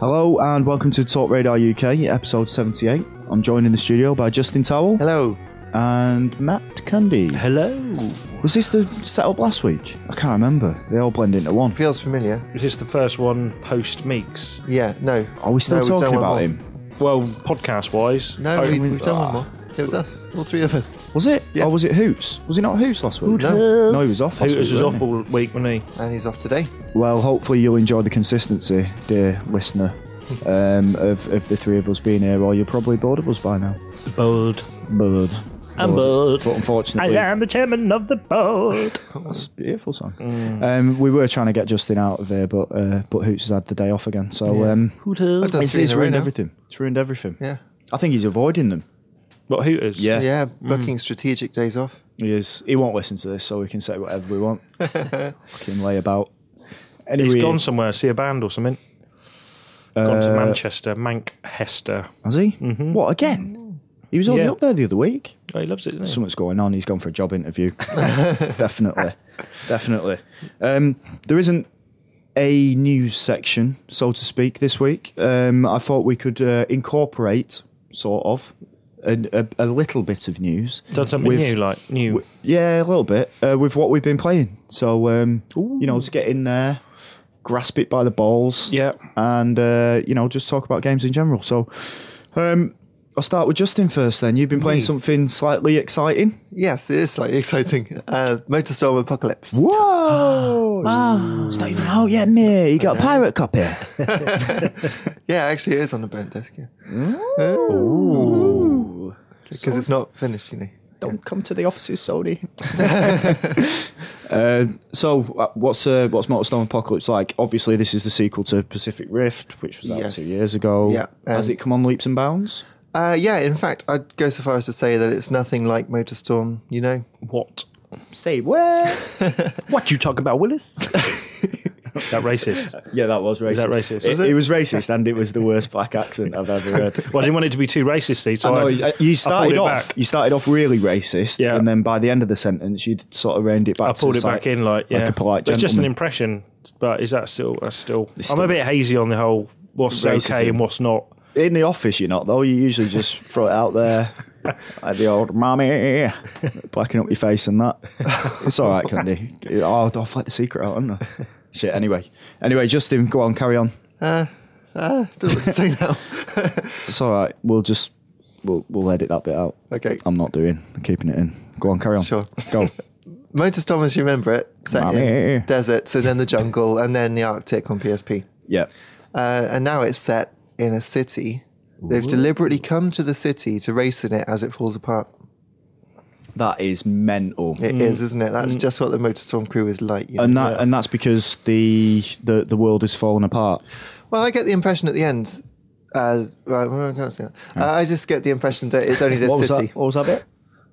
and welcome to Talk Radar UK, episode 78. I'm joined in the studio by Justin Towell Hello. and Matt Candy. Hello. Was this the setup last week? I can't remember. They all blend into one. Feels familiar. Is this the first one post Meeks? Yeah, no. Are we still No, we've talking done one about more. him? Well, podcast wise. No, we, we've done one more. It was us, all three of us. Was it? Yeah. Or was it Hoots? Was he not Hoots last week? No. No, he was off last Hooters week. was wasn't off all week, wasn't he? And he's off today. he? Well, hopefully you'll enjoy the consistency, dear listener, um, of, of the three of us being here, or you're probably bored of us by now. Bold. Bored. I'm bored. But unfortunately, the chairman of the board. That's a beautiful song. Mm. Um, we were trying to get Justin out of there, but uh, but Hoots has had the day off again, so um, Hooters. I've done it's, three in it's a row ruined now. everything. It's ruined everything. Yeah. I think he's avoiding them. What Hooters? Yeah. Yeah, booking strategic days off. He is. He won't listen to this, so we can say whatever we want. Fucking lay about. Anyway, He's gone somewhere, see a band or something. gone Uh, to Manchester, Manchester. Has he? Mm-hmm. What again? He was only Yeah. up there the other week. Oh, he loves it, doesn't he? Something's going on. He's gone for a job interview. definitely, definitely. Um, there isn't a news section, so to speak, this week. Um, I thought we could uh, incorporate sort of a, a, a little bit of news. Done something with- new, like new. Yeah, a little bit uh, with what we've been playing. So um, you know, just get in there, grasp it by the balls, yeah. and uh, you know, just talk about games in general. So um, I'll start with Justin first. Then you've been playing Me? something slightly exciting. Yes, it is slightly exciting. Uh, Motorstorm Apocalypse. Whoa! Ah. It's not even out yet, mate. You got a pirate copy. Yeah, actually, it is on the burnt desk, yeah. Because it's not finished, you know. Don't come to the offices, Sony. uh, so, uh, what's uh, what's Motorstorm Apocalypse like? Obviously, this is the sequel to Pacific Rift, which was out Yes. two years ago. Yeah, Has um, it come on leaps and bounds? Uh, yeah, in fact, I'd go so far as to say that it's nothing like Motorstorm, you know. What? Say what? What you talk about, Willis? that racist. yeah, that was racist. that racist? It, Was it was racist, and it was the worst black accent I've ever heard. Well, I didn't want it to be too racisty, so I know, uh, I, you- you I pulled started it off. back. You started off really racist, Yeah. and then by the end of the sentence, you'd sort of reined it back. I to pulled it sort- back in like yeah. a polite it's just an gentleman. impression, but is that still that's still, It's I'm still- a bit hazy on the whole what's Racism. okay and what's not. in the office, you're not though. You usually just throw it out there, like the old mummy, blacking up your face and that. It's all right, Candy. I'll, I'll let the secret out, haven't I? Shit. Anyway, anyway, Justin, go on, carry on. Ah, don't know what to say now. It's all right. We'll just we'll we'll edit that bit out. Okay. I'm not doing. I'm keeping it in. Go on, carry on. Sure. Go. Motorstorm, as you remember it, set in Mummy. desert, so then the jungle, and then the Arctic on PSP. Yeah. uh, and now it's set in a city. They've deliberately come to the city to race in it as it falls apart. That is mental. It is, isn't it? That's just what the Motorstorm crew is like. You know? Mm. And that and that's because the the the world is falling apart. well, I get the impression at the end. Uh, right, well, I can't say that. Uh, I just get the impression that it's only this What was city. that? What was that bit?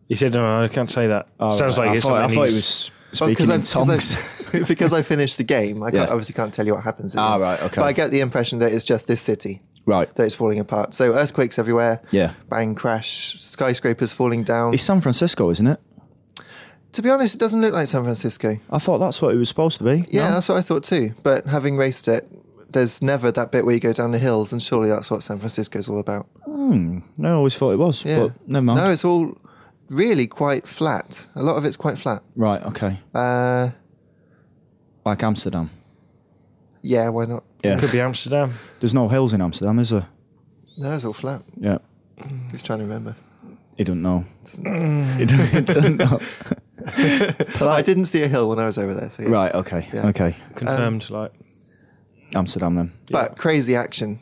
He said, "No, no, I can't say that." Oh, Sounds right. like I it's thought, I something thought it he's- was Well, speaking in I've- tongues. I've, because I finished the game, I can't, Yeah. obviously can't tell you what happens. at the Ah, end. right, okay. But I get the impression that it's just this city. Right. That it's falling apart. So earthquakes everywhere. Yeah. Bang, crash, skyscrapers falling down. It's San Francisco, isn't it? to be honest, it doesn't look like San Francisco. I thought that's what it was supposed to be. Yeah, that's what I thought too. But having raced it, there's never that bit where you go down the hills, and surely that's what San Francisco's all about. Hmm. No, I always thought it was. Yeah. But never mind. No, it's all really quite flat. A lot of it's quite flat. Right, okay. Uh, Like Amsterdam. yeah, why not? Yeah. could be Amsterdam. There's no hills in Amsterdam, is there? No, it's all flat. Yeah. He's trying to remember. He doesn't know. Mm. he don't- he doesn't know. I didn't see a hill when I was over there. So yeah. Right, okay. Yeah. Okay. Confirmed, Um, like Amsterdam then. But crazy action.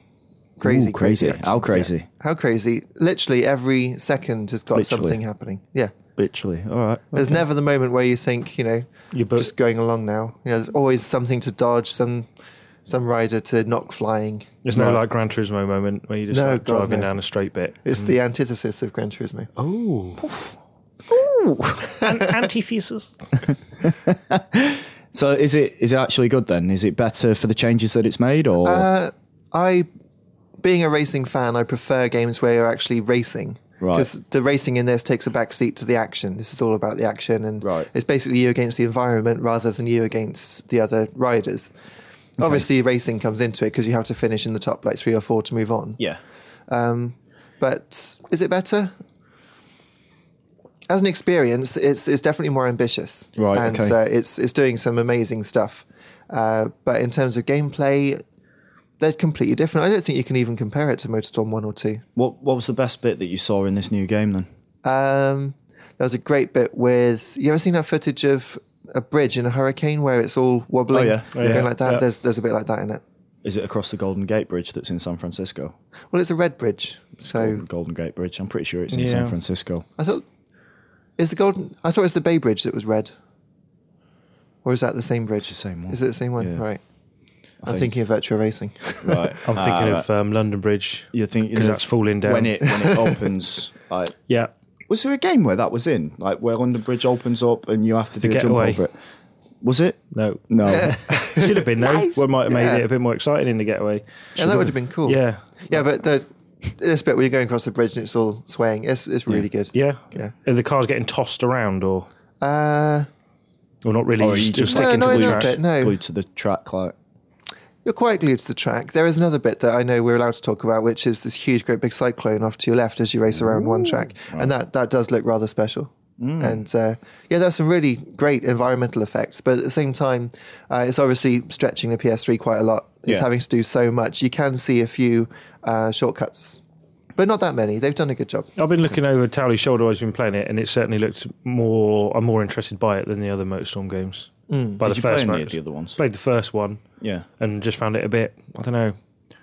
Crazy, Ooh, crazy. crazy. action. How crazy? Yeah. How crazy. Literally every second has got Literally. something happening. Yeah. Literally. All right. There's never the moment where you think, you know, You book- just going along now. You know, there's always something to dodge, some some rider to knock flying. there's no Right. like Gran Turismo moment where you're just No, like, God, driving no. down a straight bit. It's the antithesis of Gran Turismo. Oh, antithesis. So is it is it actually good then? Is it better for the changes that it's made or Uh, I, being a racing fan, I prefer games where you're actually racing. Right. Because the racing in this takes a backseat to the action. This is all about the action, and Right. it's basically you against the environment rather than you against the other riders. Obviously, racing comes into it because you have to finish in the top like three or four to move on. Yeah. But is it better? As an experience, it's it's definitely more ambitious, Right, And okay. uh, it's it's doing some amazing stuff. Uh, but in terms of gameplay, they're completely different. I don't think you can even compare it to Motorstorm One or Two. What What was the best bit that you saw in this new game then? Um, there was a great bit with you ever seen that footage of a bridge in a hurricane where it's all wobbling, Oh, yeah. Oh, yeah. Thing like that. Yeah. There's there's a bit like that in it. Is it across the Golden Gate Bridge that's in San Francisco? Well, it's a red bridge, so Golden, Golden Gate Bridge. I'm pretty sure it's in Yeah. San Francisco. I thought is the golden. I thought it was the Bay Bridge that was red, or is that the same bridge? the same one. Is it the same one? Yeah. Right. I'm think. thinking of virtual racing. Right. I'm thinking Ah, of um, London Bridge. You're thinking 'cause of that's falling down. when it when it opens. Like, Yeah. was there a game where that was in? Like where London Bridge opens up and you have to do a jump Getaway. over it. Was it? No. No. Should have been though. What might have made Yeah. it a bit more exciting in the getaway. yeah, that would have been cool. Yeah. Yeah, but the, this bit where you're going across the bridge and it's all swaying, it's it's really good. Yeah. Yeah. Are the cars getting tossed around or Uh, or not really? Or are you just, just sticking No, to no, the no, track. but no. Glued to the track, like You're quite glued to the track. There is another bit that I know we're allowed to talk about, which is this huge, great big cyclone off to your left as you race around one track, and that that does look rather special. Mm. And uh, yeah, there's some really great environmental effects, but at the same time, uh, it's obviously stretching the PS3 quite a lot. It's Yeah. having to do so much. You can see a few uh, shortcuts, but not that many. They've done a good job. I've been looking over Towley's shoulder while he's been playing it, and it certainly looked more. I'm more interested by it than the other Motorstorm games. By Hmm. Did the you play first any one, of the other ones? played the first one yeah, and just found it a bit. I don't know,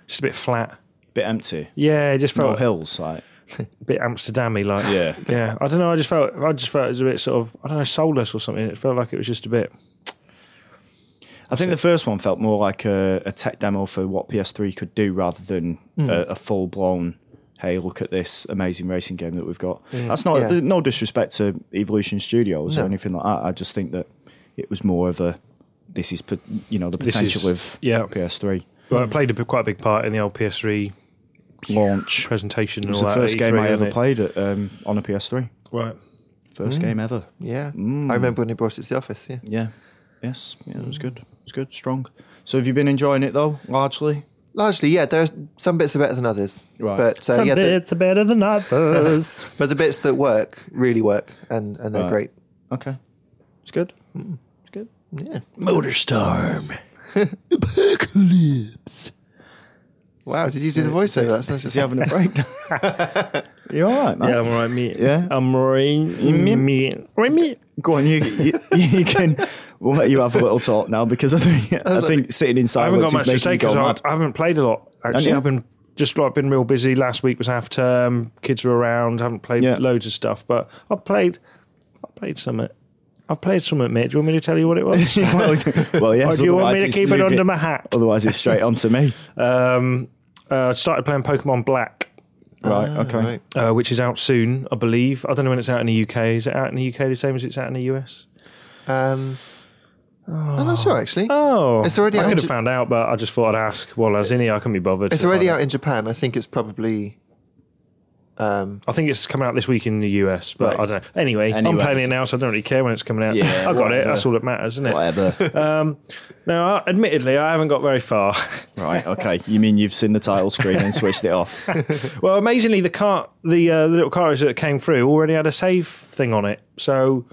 just a bit flat. bit empty. Yeah, it just No felt hills, like a bit Amsterdamy like. yeah. Yeah, I don't know. I just felt I just felt it was a bit sort of I don't know soulless or something. It felt like it was just a bit. I think the first one felt more like a, a tech demo for what PS3 could do rather than a, a full blown. Hey, look at this amazing racing game that we've got. That's not Yeah. no disrespect to Evolution Studios No. or anything like that. I just think that it was more of a this is pot- you know the This potential is- of yeah. PS3 Well, it played a bit, quite a big part in the old PS3 launch. It presentation. It was the first E game I ever played at, um, on a PS3. Right. First game ever. Yeah, Mm. I remember when they brought it to the office. Yeah, Yeah. Yes. Yeah, it was good. It was good. Strong. So have you been enjoying it though? Largely. largely, yeah. There are some bits are better than others, Right. but uh, yeah, the- are better than others. but the bits that work really work and and are Right. great. Okay. It's good. It's good. Yeah. Motorstorm. Wow, did you do the voiceover? That's not Is just he having a breakdown? you all right, man? yeah, I'm right, me. Yeah? I'm right, me. me. Right, me. Go on, you, you, you can. We'll let you have a little talk now because I think I think sitting in I haven't got silence much is to making say you because go I, mad. I haven't played a lot. Actually, you? I've been just like been real busy. Last week was half term. Kids were around. Haven't played Yeah. loads of stuff, but I played. I played some. at- I've played some at mate. Do you want me to tell you what it was? or well, well, yes. do you want otherwise me to it's keep it moving- under my hat? Otherwise, it's straight on to me. Um, uh, I started playing Pokemon Black, Ah, Right. okay. right. uh, which is out soon, I believe. I don't know when it's out in the UK. Is it out in the UK the same as it's out in the US? Um, I'm not sure actually. Oh, It's already I out could in have Ja- found out, but I just thought I'd ask while I was in here. I couldn't be bothered. it's to already find out in Japan. I think it's probably. Um, I think it's coming out this week in the US, but Right. I don't know. Anyway, I'm Anyway. playing it now, so I don't really care when it's coming out. Yeah, I got it. whatever. That's all that matters, isn't it? Whatever. Um, now, I- admittedly, I haven't got very far. right. Okay. You mean you've seen the title screen and switched it off? well, amazingly, the car, the, uh, the little car that came through already had a save thing on it, so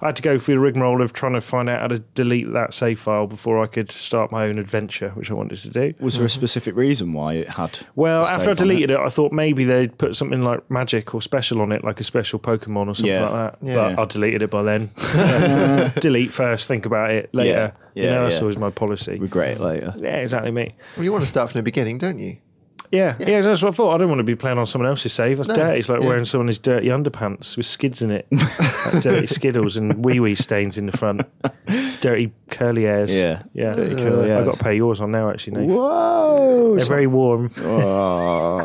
I had to go through the rigmarole of trying to find out how to delete that save file before I could start my own adventure, which I wanted to do. Was there a specific reason why it had? Well, a save after I on deleted it. I thought maybe they'd put something like magic or special on it, like a special Pokemon or something Yeah. like that. Yeah. But I deleted it by then. Delete first, think about it later. Yeah. you Yeah, know, that's yeah. always my policy. regret it later? Yeah, exactly me. well, you want to start from the beginning, don't you? Yeah. yeah, that's what I thought. I don't want to be playing on someone else's save. That's dirty. It's like Yeah. wearing someone's dirty underpants with skids in it, like dirty skiddles and wee wee stains in the front, dirty curly hairs. Yeah. yeah. Dirty curly I got hairs. to pay yours on now, actually. Nate. Whoa! They're very warm. Oh,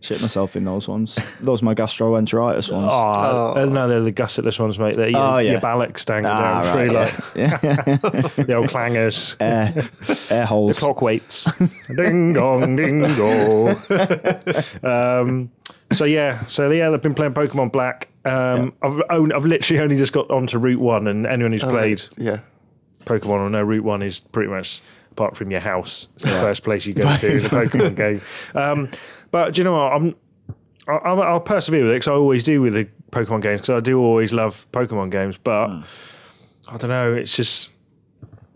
shit myself in those ones. Those my gastroenteritis ones. Oh, uh, no, they're the gussetless ones, mate. They're your, Oh, yeah. your ballocks dangling Ah, down right, through, yeah. Eh. like the old clangers, air, air holes. clock weights. ding dong, ding dong. um, so yeah, so yeah, I've been playing Pokemon Black. Um, I've own, I've literally only just got onto Route One, and anyone who's played Yeah. Pokemon will know Route One is pretty much apart from your house. It's the first place you go to in a Pokemon game. Um, but do you know what? I'm I- I'll, I'll persevere with it because I always do with the Pokemon games because I do always love Pokemon games. But I don't know. It's just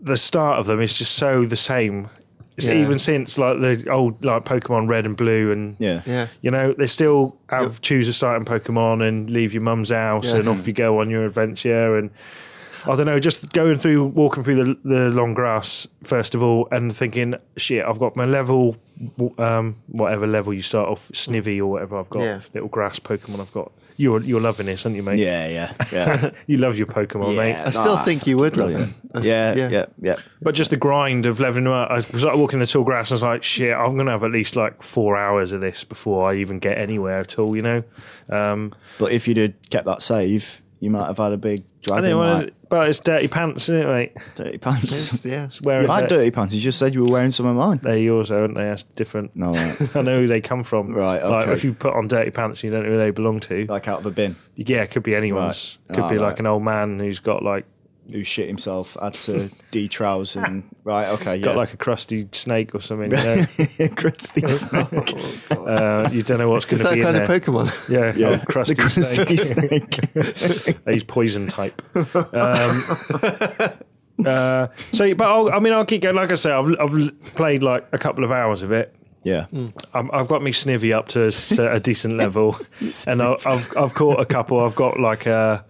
the start of them is just so the same. It's Yeah. even since like the old like Pokemon Red and Blue and Yeah. Yeah. you know they still have choose a starting Pokemon and leave your mum's house Yeah. and off you go on your adventure and. I don't know, just going through, walking through the, the long grass, first of all, and thinking, shit, I've got my level, um, whatever level you start off, Snivy or whatever I've got, Yeah. little grass Pokemon I've got. You're, you're loving this, aren't you, mate? Yeah, yeah, yeah. You love your Pokemon, mate. I still think you would love brilliant. it. I s- Yeah, yeah, yeah. yeah, yeah. But just the grind of leveling them up. I was like walking the tall grass. And I was like, shit, I'm going to have at least like four hours of this before I even get anywhere at all, you know? Um, But if you'd have kept that save, you might have had a big I dragon didn't want like to, but it's dirty pants, isn't it, mate? dirty pants. Yeah. It's wearing If I had dirt- dirty pants, you just said you were wearing some of mine. They're yours, though, aren't they? That's different. No, right. I know who they come from. Right, Like okay. if you put on dirty pants, and you don't know who they belong to. like out of a bin. yeah, it could be anyone's. Right. Could Ah, be like right. an old man who's got like Who shit himself, had to detrouse and right, okay, yeah. got like a Oh, crusty snake or something. You, know? Christy snake. uh, you don't know what's going It's to that be in kind there. of Pokemon. yeah, Yeah, old crusty the crusty snake. snake. He's poison type. Um, uh, so, but I'll, I mean, I'll keep going. Like I say, I've, I've played like a couple of hours of it. yeah, I'm, I've got me snivy up to s- a decent level, and I, I've I've caught a couple. I've got like a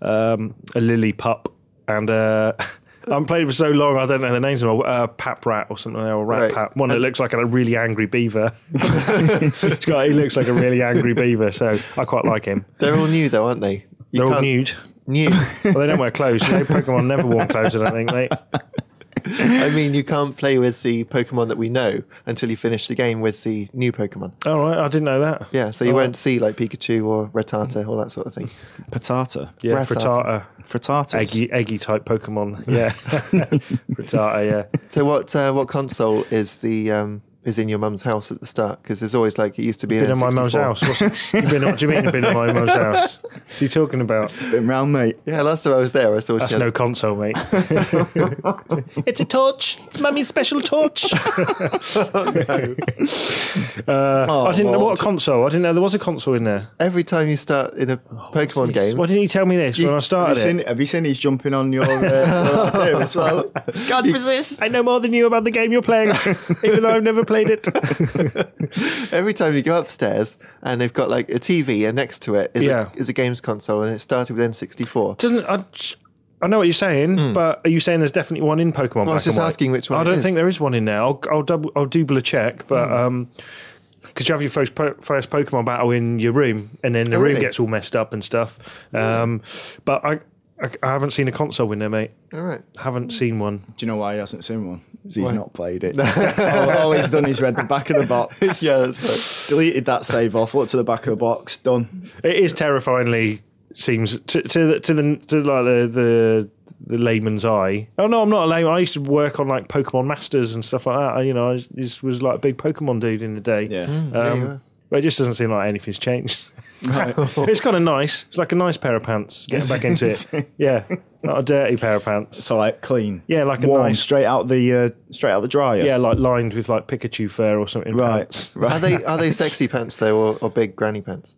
um, a lily pup, and uh, I'm playing for so long I don't know the names of them. Uh, pap rat or something, or rat Right. pap. One that looks like a really angry beaver. It's got- he looks like a really angry beaver, so I quite like him. They're all new though, aren't they? You They're all can't- nude. New. Well, they don't wear clothes. You know, Pokemon never worn clothes. I don't think, mate. I mean, you can't play with the Pokemon that we know until you finish the game with the new Pokemon. All right, I didn't know that. Yeah, so you won't see like Pikachu or Rattata, all that sort of thing. patata. Yeah, Rattata. frittata, frittatas. eggy, eggy type Pokemon. Yeah, frittata. Yeah. So what uh, what console is the um, is in your mum's house at the start? Because there's always like it used to be been an in my mum's N64. house. What's, you been, what do you mean you've been in my mum's house? What's he talking about? Been round, mate. Yeah, last time I was there, I saw That's she had, no console, mate. it's a torch. It's mummy's special torch. uh, I didn't know what Lord. console. I didn't know there was a console in there. every time you start in a Oh, Pokemon game. Why didn't you tell me this when I Have you, started seen, it? have you seen he's jumping on your uh, your idea as well? God resist. I know more than you about the game you're playing, even though I've never played it. Every time you go upstairs and they've got like a TV and next to it is, Yeah. a, is a games console and it started with N64. Doesn't I? I know what you're saying, but are you saying there's definitely one in Pokemon? Hmm. I was Black and just White? asking which one I it don't is. Hmm. think there is one in there. I'll, I'll double, I'll double a check, but um 'cause because you have your first po- first Pokemon battle in your room, and then the Oh, room really? gets all messed up and stuff. Um, but I, I, I haven't seen a console in there, mate. All right. Haven't Hmm. seen one. Do you know why he hasn't seen one? 'Cause he's not played it. all, all Oh, he's done is read the back of the box. Yeah, that's Deleted that save off, looked to the back of the box, done. It is terrifyingly seems to to the, to the to like the the the layman's eye. Oh no, I'm not a layman. I used to work on like Pokemon Masters and stuff like that. I, you know, I was- just was like a big Pokemon dude in the day. Yeah. Yeah, you Um, were. but it just doesn't seem like anything's changed. it's kind of nice. It's like a nice pair of pants. Getting back into it. Yeah, not a dirty pair of pants. So like clean. Yeah, like a Warm, nice- straight out the uh, straight out the dryer. Yeah, like lined with like Pikachu fur or something. Right. pants. Right. Are they are they sexy pants though or, or big granny pants?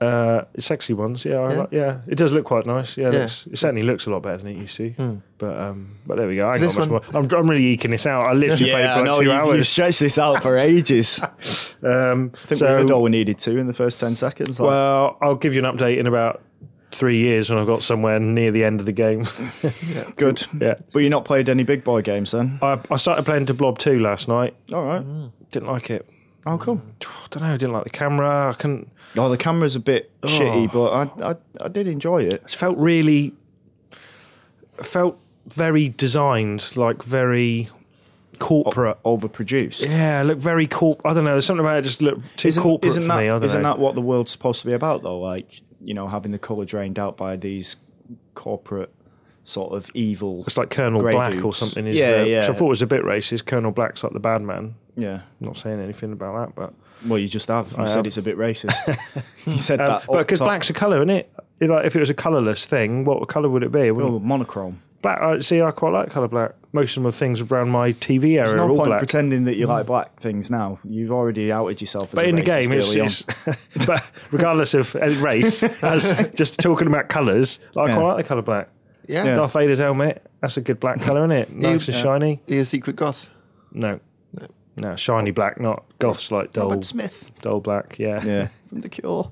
Uh, sexy ones. Yeah, I Yeah. Like, yeah. It does look quite nice. Yeah, it Yeah. Hmm. looks- it certainly looks a lot better than it used to. But um, but there we go. I ain't This got much one- more. I'm, I'm really eking this out. I literally Yeah, I played for know like two you, you hours. stretched this out for ages. I um, think we did all we needed to in the first ten seconds. Like, well, I'll give you an update in about three years when I've got somewhere near the end of the game. good. yeah. But you not played any big boy games then? I, I started playing to Blob 2 last night. All right. Didn't like it. Oh, cool. I don't know. I didn't like the camera. I couldn't. Oh, the camera's a bit Oh. shitty, but I, I I did enjoy it. It felt really. it felt very designed, like very corporate. Overproduced. Yeah, look very corp. I don't know. There's something about it just look too corporate isn't for that, me. I don't isn't know. that what the world's supposed to be about though? Like you know, having the color drained out by these corporate sort of evil. it's like Colonel Grey Black or dudes. something. Is Yeah, the- yeah. Which I thought was a bit racist. Colonel Black's like the bad man. yeah. I'm not saying anything about that, but Well, you just have. You said have. it's a bit racist. you said um, that. but up because top. black's a colour, isn't it? Like if it was a colourless thing, what colour would it be? It wouldn't- Oh, monochrome. Black. I see. I quite like colour black. most of them are things around my TV era. There's no all point black. Mm. pretending that you like black things now. You've already outed yourself. As But a in the racist game, it's, early on. it's but regardless of any race, as just talking about colours, I Yeah. quite like the colour black. Yeah. Yeah. Darth Vader's helmet, that's a good black colour, isn't it? Nice and shiny. Are you a secret goth? No. No, shiny Oh. black, not goth's like dull, Robert Smith. dull black. Yeah. Yeah, from The Cure.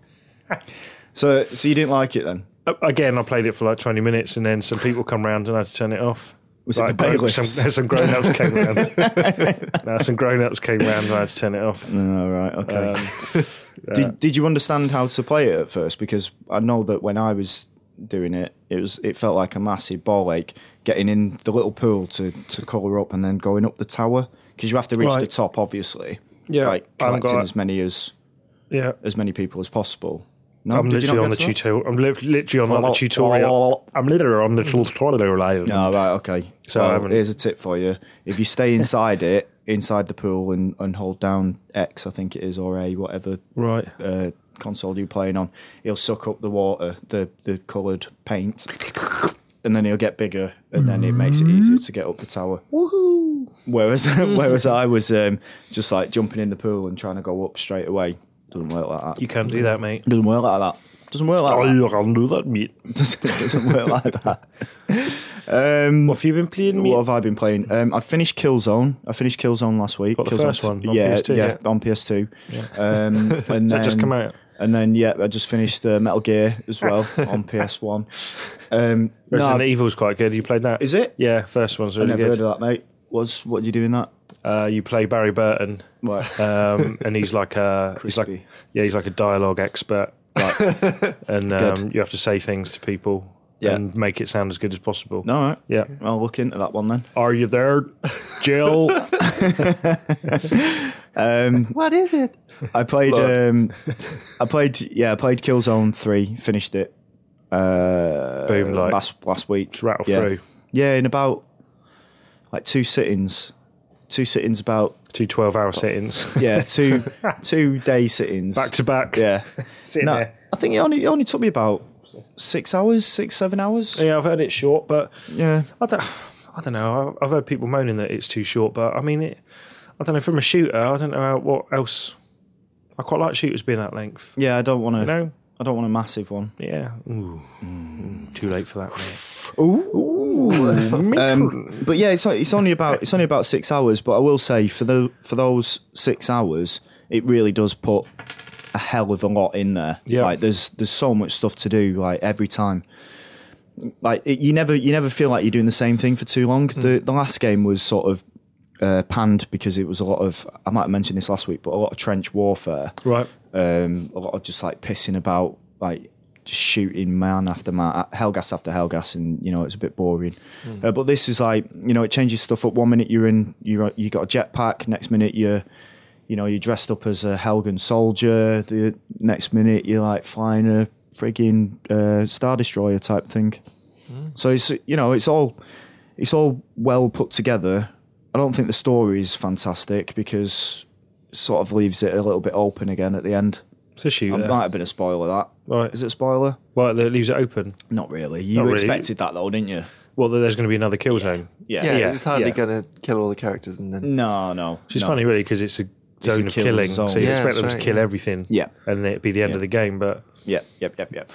so, so you didn't like it then? Uh, Again, I played it for like 20 minutes and then some people come round and I had to turn it off. Was it Like, the grown- bailiffs? Some, there's some grown ups came round. no, some grown ups came round and I had to turn it off. No, Oh, right, okay. Um, did, did you understand how to play it at first? Because I know that when I was doing it, it was it felt like a massive ball ache getting in the little pool to to colour up and then going up the tower because you have to reach the Right. top, obviously. Yeah, like I haven't collecting got- as many as Yeah. as many people as possible. No, I'm did you literally not on the get to that? tutorial. I'm li- literally on like, Well, the tutorial. well, I'm literally on the tutorial. No, right, okay. So So I haven't- here's a tip for you: if you stay inside it, inside the pool, and, and hold down X, I think it is, or A, whatever Right. uh, console you're playing on, it'll suck up the water, the the coloured paint, and then it'll get bigger, and then it makes it easier to get up the tower. Woohoo! Whereas whereas I was um, just like jumping in the pool and trying to go up straight away. Doesn't work like that. You Oh, can't do that, mate. Doesn't work like that. Doesn't work like that. you can't do that, mate. Doesn't, doesn't work like that. Um, What have you been playing, mate? What have I been playing? Um, I finished Killzone. I finished Killzone last week. What, the Killzone- first one on yeah, PS2? yeah, on PS2. Um, and then, that just come out? And then yeah, I just finished uh, Metal Gear as well on PS1. Um, Resident no, Evil's quite good. You played that? Is it? Yeah, first one's I really never heard good. of that, mate. Was what did you do in that? Uh, you play Barry Burton, Right. um, and he's like a he's like Crispy. yeah he's like a dialogue expert, and um, you have to say things to people Yeah. and make it sound as good as possible. No, all right. Yeah. I'll look into that one then. Are you there, Jill? Uh, What is it? I played. Blood. Um, I played. Yeah, I played Killzone Three. Finished it. Uh, Boom, like- last last week. rattle yeah. through. Yeah, in about like two sittings. Two sittings about Two 12 hour sittings yeah, two two day sittings. back to back. yeah. sitting No, there. I think it only it only took me about six hours, six seven hours. Yeah, I've heard it's short, but Yeah, I don't, I don't know. I- I've heard people moaning that it's too short, but I mean, it, I don't know. From a shooter, I don't know how, what else. I quite like shooters being that length. yeah. I don't want to. You know? I don't want a massive one. Yeah. Ooh. Too late for that. mate. Um, but yeah, it's it's only about it's only about six hours. But I will say for the for those six hours, it really does put a hell of a lot in there. Yeah. like there's there's so much stuff to do. Like every time, like it, you never you never feel like you're doing the same thing for too long. The the last game was sort of. Uh, panned because it was a lot of I might have mentioned this last week, but a lot of trench warfare Right. um, a lot of just like pissing about, like just shooting man after man, uh, hellgas after hellgas, and you know it's a bit boring. Uh, but this is like you know it changes stuff up. One minute you're in, you you got a jetpack. Next minute you're, you know, you're dressed up as a Helgan soldier. The next minute you're like flying a frigging uh, star destroyer type thing. So it's you know it's all it's all well put together. I don't think the story is fantastic because it sort of leaves it a little bit open again at the end. It's a shooter. It might have been a spoiler that. Right. Is it a spoiler? Well, that leaves it open. Not really. You Not really. expected that though, didn't you? Well, that there's going to be another kill zone. Yeah. Mm. Yeah, Yeah, it's hardly yeah. going to kill all the characters and then. No, no. Which is no. funny, really, because it's a zone a of kill killing. zone. So you Yeah, expect that's them to right, kill yeah. everything. Yeah. And it'd be the end of the game, but Yep, yep, yep, yep.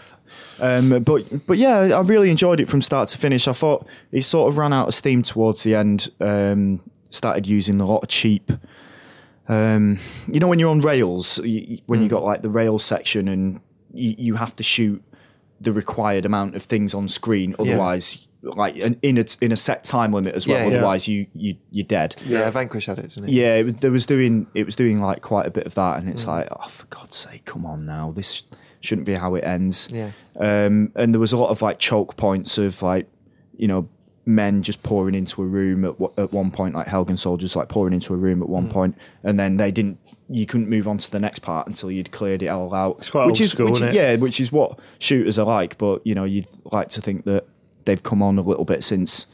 Um, but but yeah, I really enjoyed it from start to finish. I thought it sort of ran out of steam towards the end. Um, started using a lot of cheap. Um, you know when you're on rails, you, you- when you got like the rail section, and you, you have to shoot the required amount of things on screen, otherwise. Like an, in a in a set time limit as well, Yeah, yeah. otherwise you you you're dead. Yeah, Vanquish had it, didn't it? Mm. Yeah, it, was- there was doing it was doing like quite a bit of that, and it's like, oh, for God's sake, come on now, this shouldn't be how it ends. Yeah. Um, and there was a lot of like choke points of like, you know, men just pouring into a room at w- at one point, like Helgen soldiers like pouring into a room at Mm. one point, and then they didn't. You couldn't move on to the next part until you'd cleared it all out. It's quite which old is, school, which isn't is- it? Yeah, which is what shooters are like. But you know, you'd like to think that they've come on a little bit since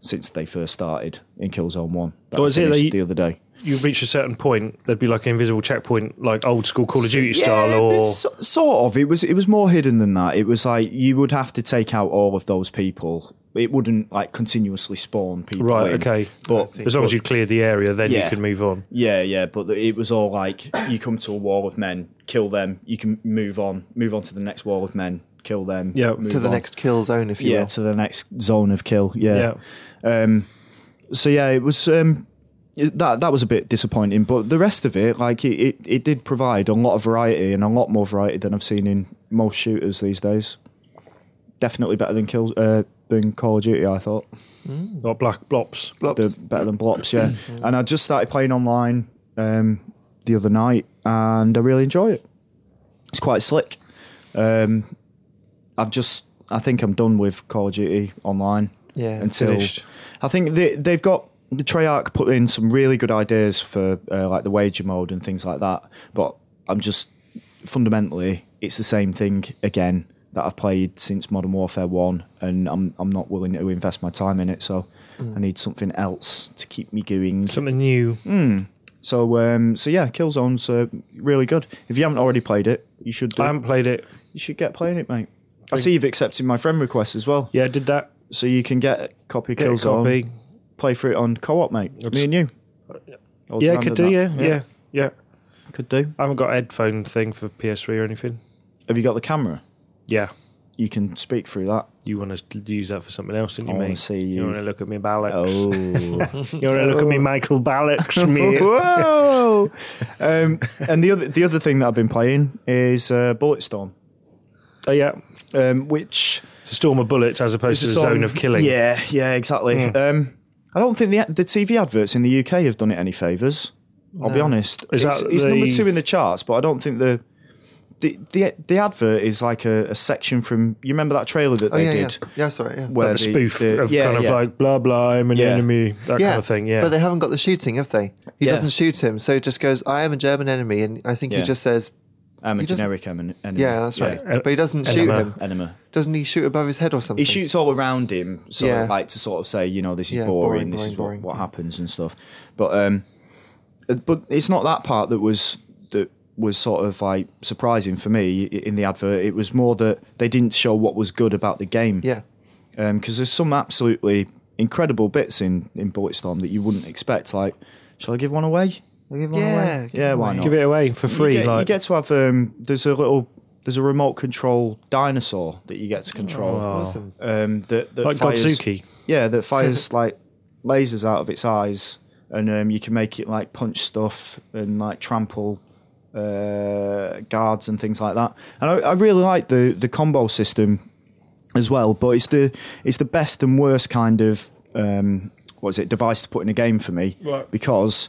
since they first started in Killzone One. That Well, I Mm. is it that finished you- the other day. you reach a certain point, there'd be like an invisible checkpoint, like old school Call of Duty Yeah, style, but or. so, sort of. It was it was more hidden than that. It was like you would have to take out all of those people it wouldn't like continuously spawn people. Right, in. okay. But As long as you cleared the area, then Yeah. you can move on. yeah, yeah, but it was all like you come to a wall of men, kill them. You can move on, move on to the next wall of men, kill them. Yeah. move to the on. next kill zone, if you yeah will. to the next zone of kill. Yeah. Um. So yeah, it was um. That that was a bit disappointing, but the rest of it, like it, it, it did provide a lot of variety and a lot more variety than I've seen in most shooters these days. Definitely better than kills uh, than Call of Duty, I thought. Not black blops. Blops. Mm. The better than Blops, yeah. and I just started playing online um, the other night, and I really enjoy it. It's quite slick. Um, I've just, I think I'm done with Call of Duty online. Yeah, until finished. I think they, they've got the Treyarch put in some really good ideas for uh, like the wager mode and things like that. But I'm just fundamentally, it's the same thing again that I've played since Modern Warfare One, and I'm I'm not willing to invest my time in it. So I need something else to keep me going. Something new. So um, so yeah, Killzone's uh, really good. If you haven't already played it, you should do. I haven't played it. you should get playing it, mate. I see you've accepted my friend request as well, Yeah, I did that. so you can get a copy of Get a Killzone copy. play through it on co-op, mate. Me and you. Old Yeah, Rand could and do. Yeah, that. yeah, yeah, could do. I haven't got a headphone thing for PS3 or anything. Have you got the camera? Yeah, You can speak through that. you want to use that for something else, didn't I you, wanna mate? see you. You want to look at me, Ballack. Oh, You want to look at me, Michael Ballack, me. whoa! um, and the other the other thing that I've been playing is uh, Bulletstorm, Oh yeah, um, which it's a storm of bullets as opposed to the zone of killing. Hmm. Yeah, yeah, exactly. Um, I don't think the the TV adverts in the UK have done it any favors. I'll be honest. Is it's that it's number the- two in the charts, but I don't think the the the, the advert is like a, a section from. You remember that trailer that Oh they yeah, yeah, did? yeah. Sorry, yeah. Where the spoof of yeah, kind of yeah. like blah blah, I'm an Yeah. enemy, that yeah, kind of thing. Yeah, But they haven't got the shooting, have they? He Yeah. doesn't shoot him, so it just goes, "I am a German enemy," and I think Yeah. he just says, I'm a He doesn't- Um, generic em- enemy. "Yeah, that's right." Yeah. But he doesn't Enema. shoot him. Enemy. Doesn't he shoot above his head or something? He shoots all around him, so Yeah. like to sort of say, you know, this is Yeah, boring, boring, this is what, boring, boring. what happens and stuff. But um, uh, but it's not that part that was that was sort of like surprising for me i- in the advert. It was more that they didn't show what was good about the game. Yeah, because there's some absolutely incredible bits in in Bulletstorm that you wouldn't expect. Like, shall I give one away? Shall I give one Yeah, away. give Yeah, it why away. not? give it away for free. You get, like you get to have um, there's a little there's a remote control dinosaur that you get to control. awesome. Um, that, that Like fires, Godzuki. Yeah, that fires like lasers out of its eyes, and um, you can make it like punch stuff and like trample uh, guards and things like that. And I, I really like the the combo system as well, but it's the it's the best and worst kind of um, what is it device to put in a game for me Right. because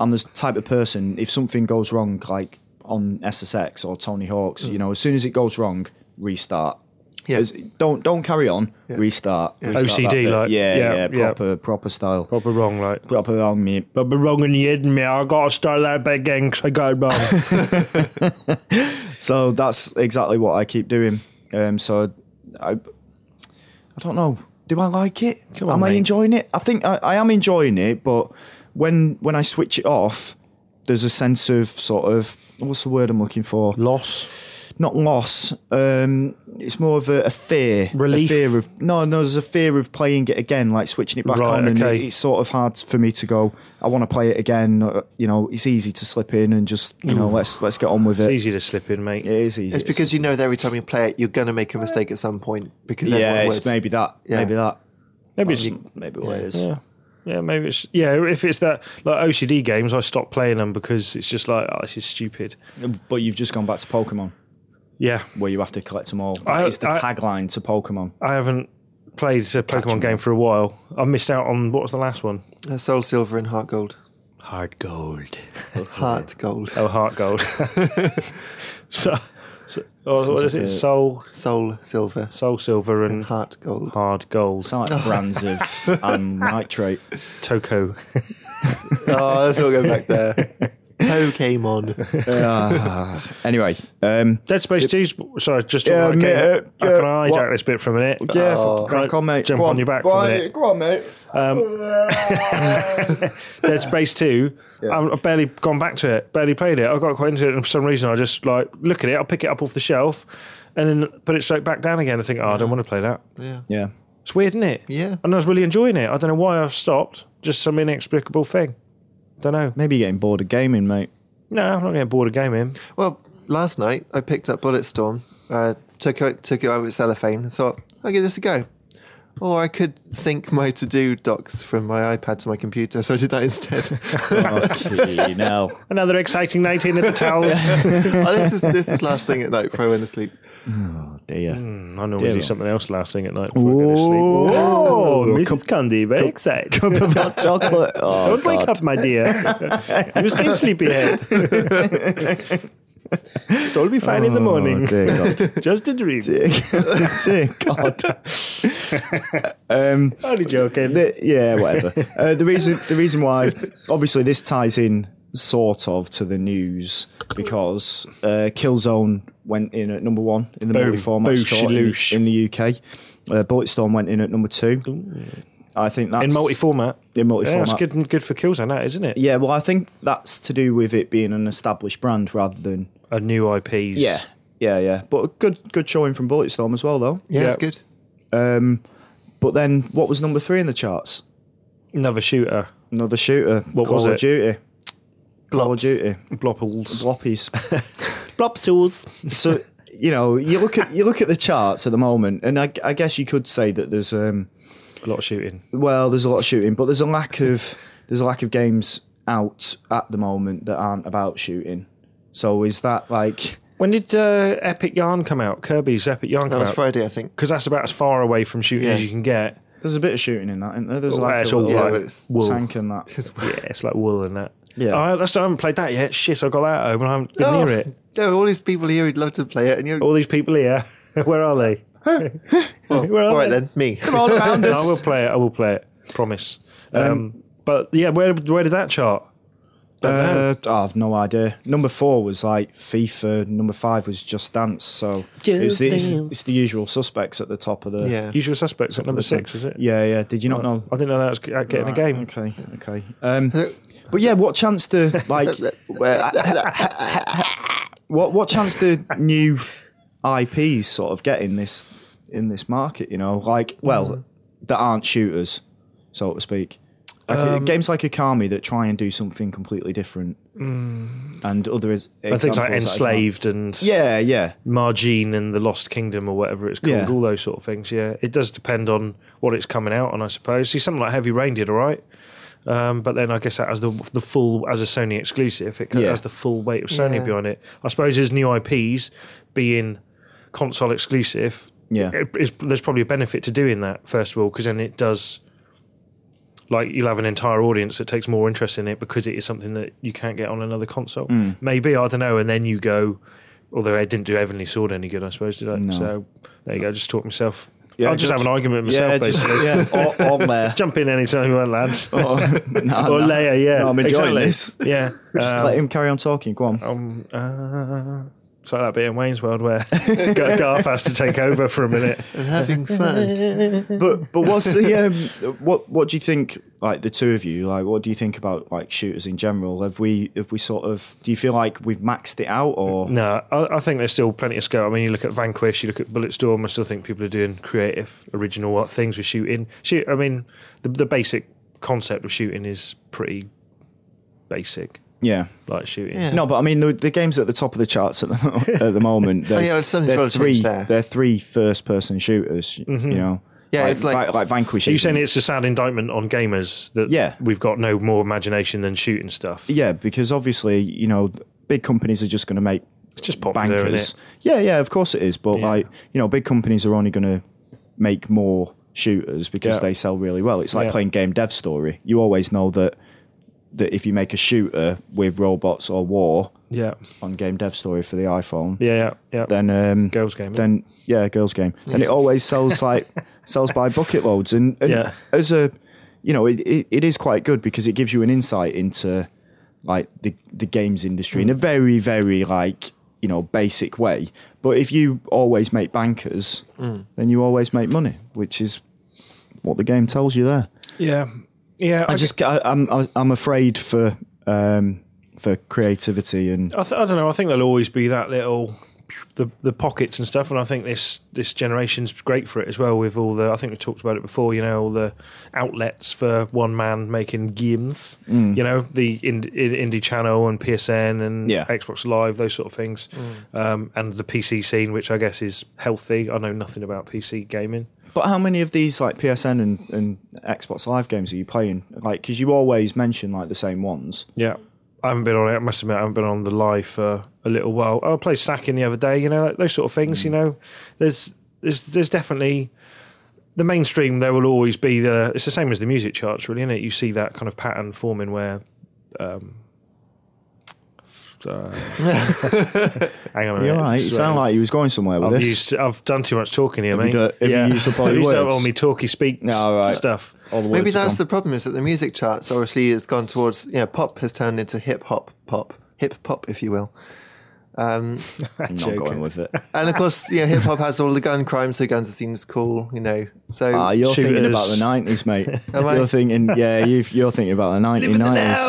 I'm the type of person if something goes wrong like on SSX or Tony Hawk's, you know, as soon as it goes wrong, restart. Yeah. As- don't don't carry on. Restart. restart OCD, that bit. like, yeah, yeah, yeah, yeah. proper proper style. proper wrong, like. Proper on me. But be wrong in the head, mate. I gotta start that bit again 'cause I got it wrong. So that's exactly what I keep doing. Um, so I, I don't know. Do I like it? Come on, am I mate. enjoying it? I think I, I am enjoying it, but when when I switch it off, there's a sense of sort of what's the word I'm looking for? Loss. Not loss. Um, it's more of a, a fear. Relief? A fear of no, no. There's a fear of playing it again, like switching it back Right, on, and okay. it- it's sort of hard for me to go. I want to play it again. uh, You know, it's easy to slip in and just you know let's let's get on with It's it. easy to slip in, mate. It is easy. It's because you know that every time you play it, you're going to make a mistake at some point because yeah, everyone it's would. maybe that. Yeah. Maybe that. Maybe That's it's maybe what it is. Yeah. Yeah, maybe it's yeah. If it's that like OCD games, I stop playing them because it's just like oh, this is stupid. But you've just gone back to Pokemon, Yeah, where you have to collect them all. I- That is the I- tagline to Pokemon. I haven't played a Pokemon game for a while. I missed out on what was the last one? Uh, Soul Silver and Heart Gold. Hard Gold. Heart Gold. Oh, Heart Gold. so, so oh, what is like it? a- Soul, Soul Silver. Soul Silver, and Heart Gold. Hard Gold. Sound like brands of and nitrate. Toko. oh, let's not go back there. Pokemon. Ah, anyway, um, Dead Space 2's Sorry, just talking Yeah, about a game. mate, uh, I can yeah, hijack what- this bit for a minute. yeah, Oh. fucking crack on, mate. Jump go on your back for a Why- minute. Go on, mate. Dead Space 2, I'm- I've barely gone back to it, barely played it. I got quite into it, and for some reason, I just like look at it, I'll pick it up off the shelf and then put it straight back down again. I think, oh, I don't want to play that. Yeah. yeah, It's weird, isn't it? Yeah. And I was really enjoying it. I don't know why I've stopped. Just some inexplicable thing. Don't know. Maybe you're getting bored of gaming, mate. No, I'm not getting bored of gaming. Well, last night I picked up Bulletstorm, uh, took it took it out with cellophane, and thought I'll give this a go. Or I could sync my to do docs from my iPad to my computer, so I did that instead. Okay, now. Another exciting night in at the towels. oh, this is this is last thing at night before I went to sleep. Oh, dear. Mm, I normally Dear do Lord. something else last thing at night before I go to sleep. Oh, Mrs. Candy, very excited. Cup of hot chocolate. Oh, Don't wake God. up, my dear. you stay sleepy head. it will be fine in the Oh, morning. dear God. Just a dream. dear God. um, Only joking. the, yeah, whatever. Uh, the reason the reason why obviously this ties in sort of to the news because uh, Killzone went in at number one in the Boom. multi-format Boosh, store in, loosh. in the UK. Uh, Bulletstorm went in at number two. I think that's In multi format. in Yeah, multi-format. that's good and good for Killzone, that, isn't it? Yeah, well, I think that's to do with it being an established brand rather than A new IPs. yeah, yeah, yeah. But a good good showing from Bulletstorm as well, though. Yeah, Yeah. it's good. But then, what was number three in the charts? Another shooter. Another shooter. What Call was of it? Duty. Call of Blops. Duty. Blopples. Bloppies. Plop souls. so you know you look at you look at the charts at the moment and I, I guess you could say that there's um A lot of shooting. well there's a lot of shooting but there's a lack of there's a lack of games out at the moment that aren't about shooting so is that like When did uh, Epic Yarn come out? Kirby's Epic Yarn That come was out. Friday, I think. Because that's about as far away from shooting Yeah. as you can get. there's a bit of shooting in that isn't there there's Well, like it's a all little, Yeah, like but it's wool. tank and that Yeah, it's like wool and that. Yeah. Oh. Oh, I, still haven't played that yet. Shit, I got that at home and I haven't been near it. Yeah, Oh, all these people here would love to play it, and you're All these people here, where are they? well, where are all right they? then, me. all around No, I will play it. I will play it. Promise. Um, but yeah, where where did that chart? uh, I've no idea number four was like FIFA number five was Just Dance so it was the, it's, it's the usual suspects at the top of the yeah, Usual suspects at number six, was it? yeah yeah did you not know I didn't know that was g- out getting a game. Okay, okay. Um, but yeah, what chance do like what what chance do new IPs sort of get in this in this market? You know, like well, that aren't shooters, so to speak. Like, uh, games like Akami that try and do something completely different, and other is- I examples think it's that like I can't- enslaved and Yeah, yeah, Margine and the Lost Kingdom or whatever it's called. Yeah. All those sort of things. Yeah, it does depend on what it's coming out on, I suppose. See, something like Heavy Rain did all right. Um, but then I guess that has the the full as a Sony exclusive, it Yeah. has the full weight of Sony Yeah. behind it. I suppose as new IPs being console exclusive, Yeah. it is- there's probably a benefit to doing that first of all because then it does like you'll have an entire audience that takes more interest in it because it is something that you can't get on another console. Hmm. Maybe I don't know, and then you go. Although I didn't do Heavenly Sword any good, I suppose, did I? So there you go. Just talk myself. Yeah, I'll just good. have an argument with myself. yeah, basically. just, yeah, on, on there. Jump in anytime you want, lads. Oh, nah, or nah. layer, yeah. No, I'm enjoying Exactly. this. Yeah. Just Um, let him carry on talking. Go on. um, uh, it's like that bit in Wayne's World where Gar- Garth has to take over for a minute. having fun. but but what's the um, what what do you think like the two of you like what do you think about like shooters in general have we have we sort of do you feel like we've maxed it out or No, I, I think there's still plenty of scope. I mean, you look at Vanquish, you look at Bulletstorm. I still think people are doing creative, original uh, things with shooting. Shoot, I mean, the, the basic concept of shooting is pretty basic, yeah like shooting. Yeah. no but I mean the, the games at the top of the charts at the, mo- at the moment there's- Oh, yeah, something's they're gotta three change there. they're three first person shooters you know Yeah, it's like- like, Vanquish Mm-hmm. Are you isn't. saying it's a sad indictment on gamers that Yeah. we've got no more imagination than shooting stuff? yeah because obviously you know big companies are just going to make It's just popular, isn't bankers. it? Yeah, yeah, of course it is. But Yeah. like, you know, big companies are only going to make more shooters because Yeah. they sell really well. It's like Yeah. playing game dev story. You always know that that if you make a shooter with robots or war Yeah, on game dev story for the iPhone, yeah, yeah. yeah. then um, Girls game. then yeah, girls game. Then it always sells like sells by bucket loads. And, and Yeah. as a you know, it, it, it is quite good because it gives you an insight into like the the games industry Mm. in a very very like you know basic way. But if you always make bankers, Mm. then you always make money, which is what the game tells you there. yeah, yeah. I I just I, I'm I, I'm afraid for um for creativity and I, th- I don't know. I think there'll always be that little the the pockets and stuff. And I think this this generation's great for it as well. With all the, I think we talked about it before. You know, all the outlets for one man making games. You know, the ind- in- indie channel and PSN and Yeah. Xbox Live, those sort of things, um, and the PC scene, which I guess is healthy. I know nothing about PC gaming. But how many of these like PSN and, and Xbox Live games are you playing? Like, because you always mention like the same ones. Yeah. I haven't been on it. I must admit, I haven't been on the live for a little while. I played snacking the other day. You know those sort of things. Mm. You know, there's there's there's definitely the mainstream. There will always be the. It's the same as the music charts, really, isn't it? You see that kind of pattern forming where. Um, uh, hang on a minute. You're right. You Sorry. sound like you was going somewhere with I've this. used. I've done too much talking here, Have you done- mate. have you used up all I've your used up words? all my talky speak No, all right. stuff. All the Maybe words are that's gone. the problem is that the music charts obviously has gone towards you know pop has turned into hip hop pop hip pop if you will. Um, I'm not joking. going with it. and of course, you know, hip hop has all the gun crimes, so guns are seen as cool, you know. So Ah, you're thinking Shooters. about the nineties, mate. I? you're thinking, yeah, you've, you're thinking about the nineteen nineties.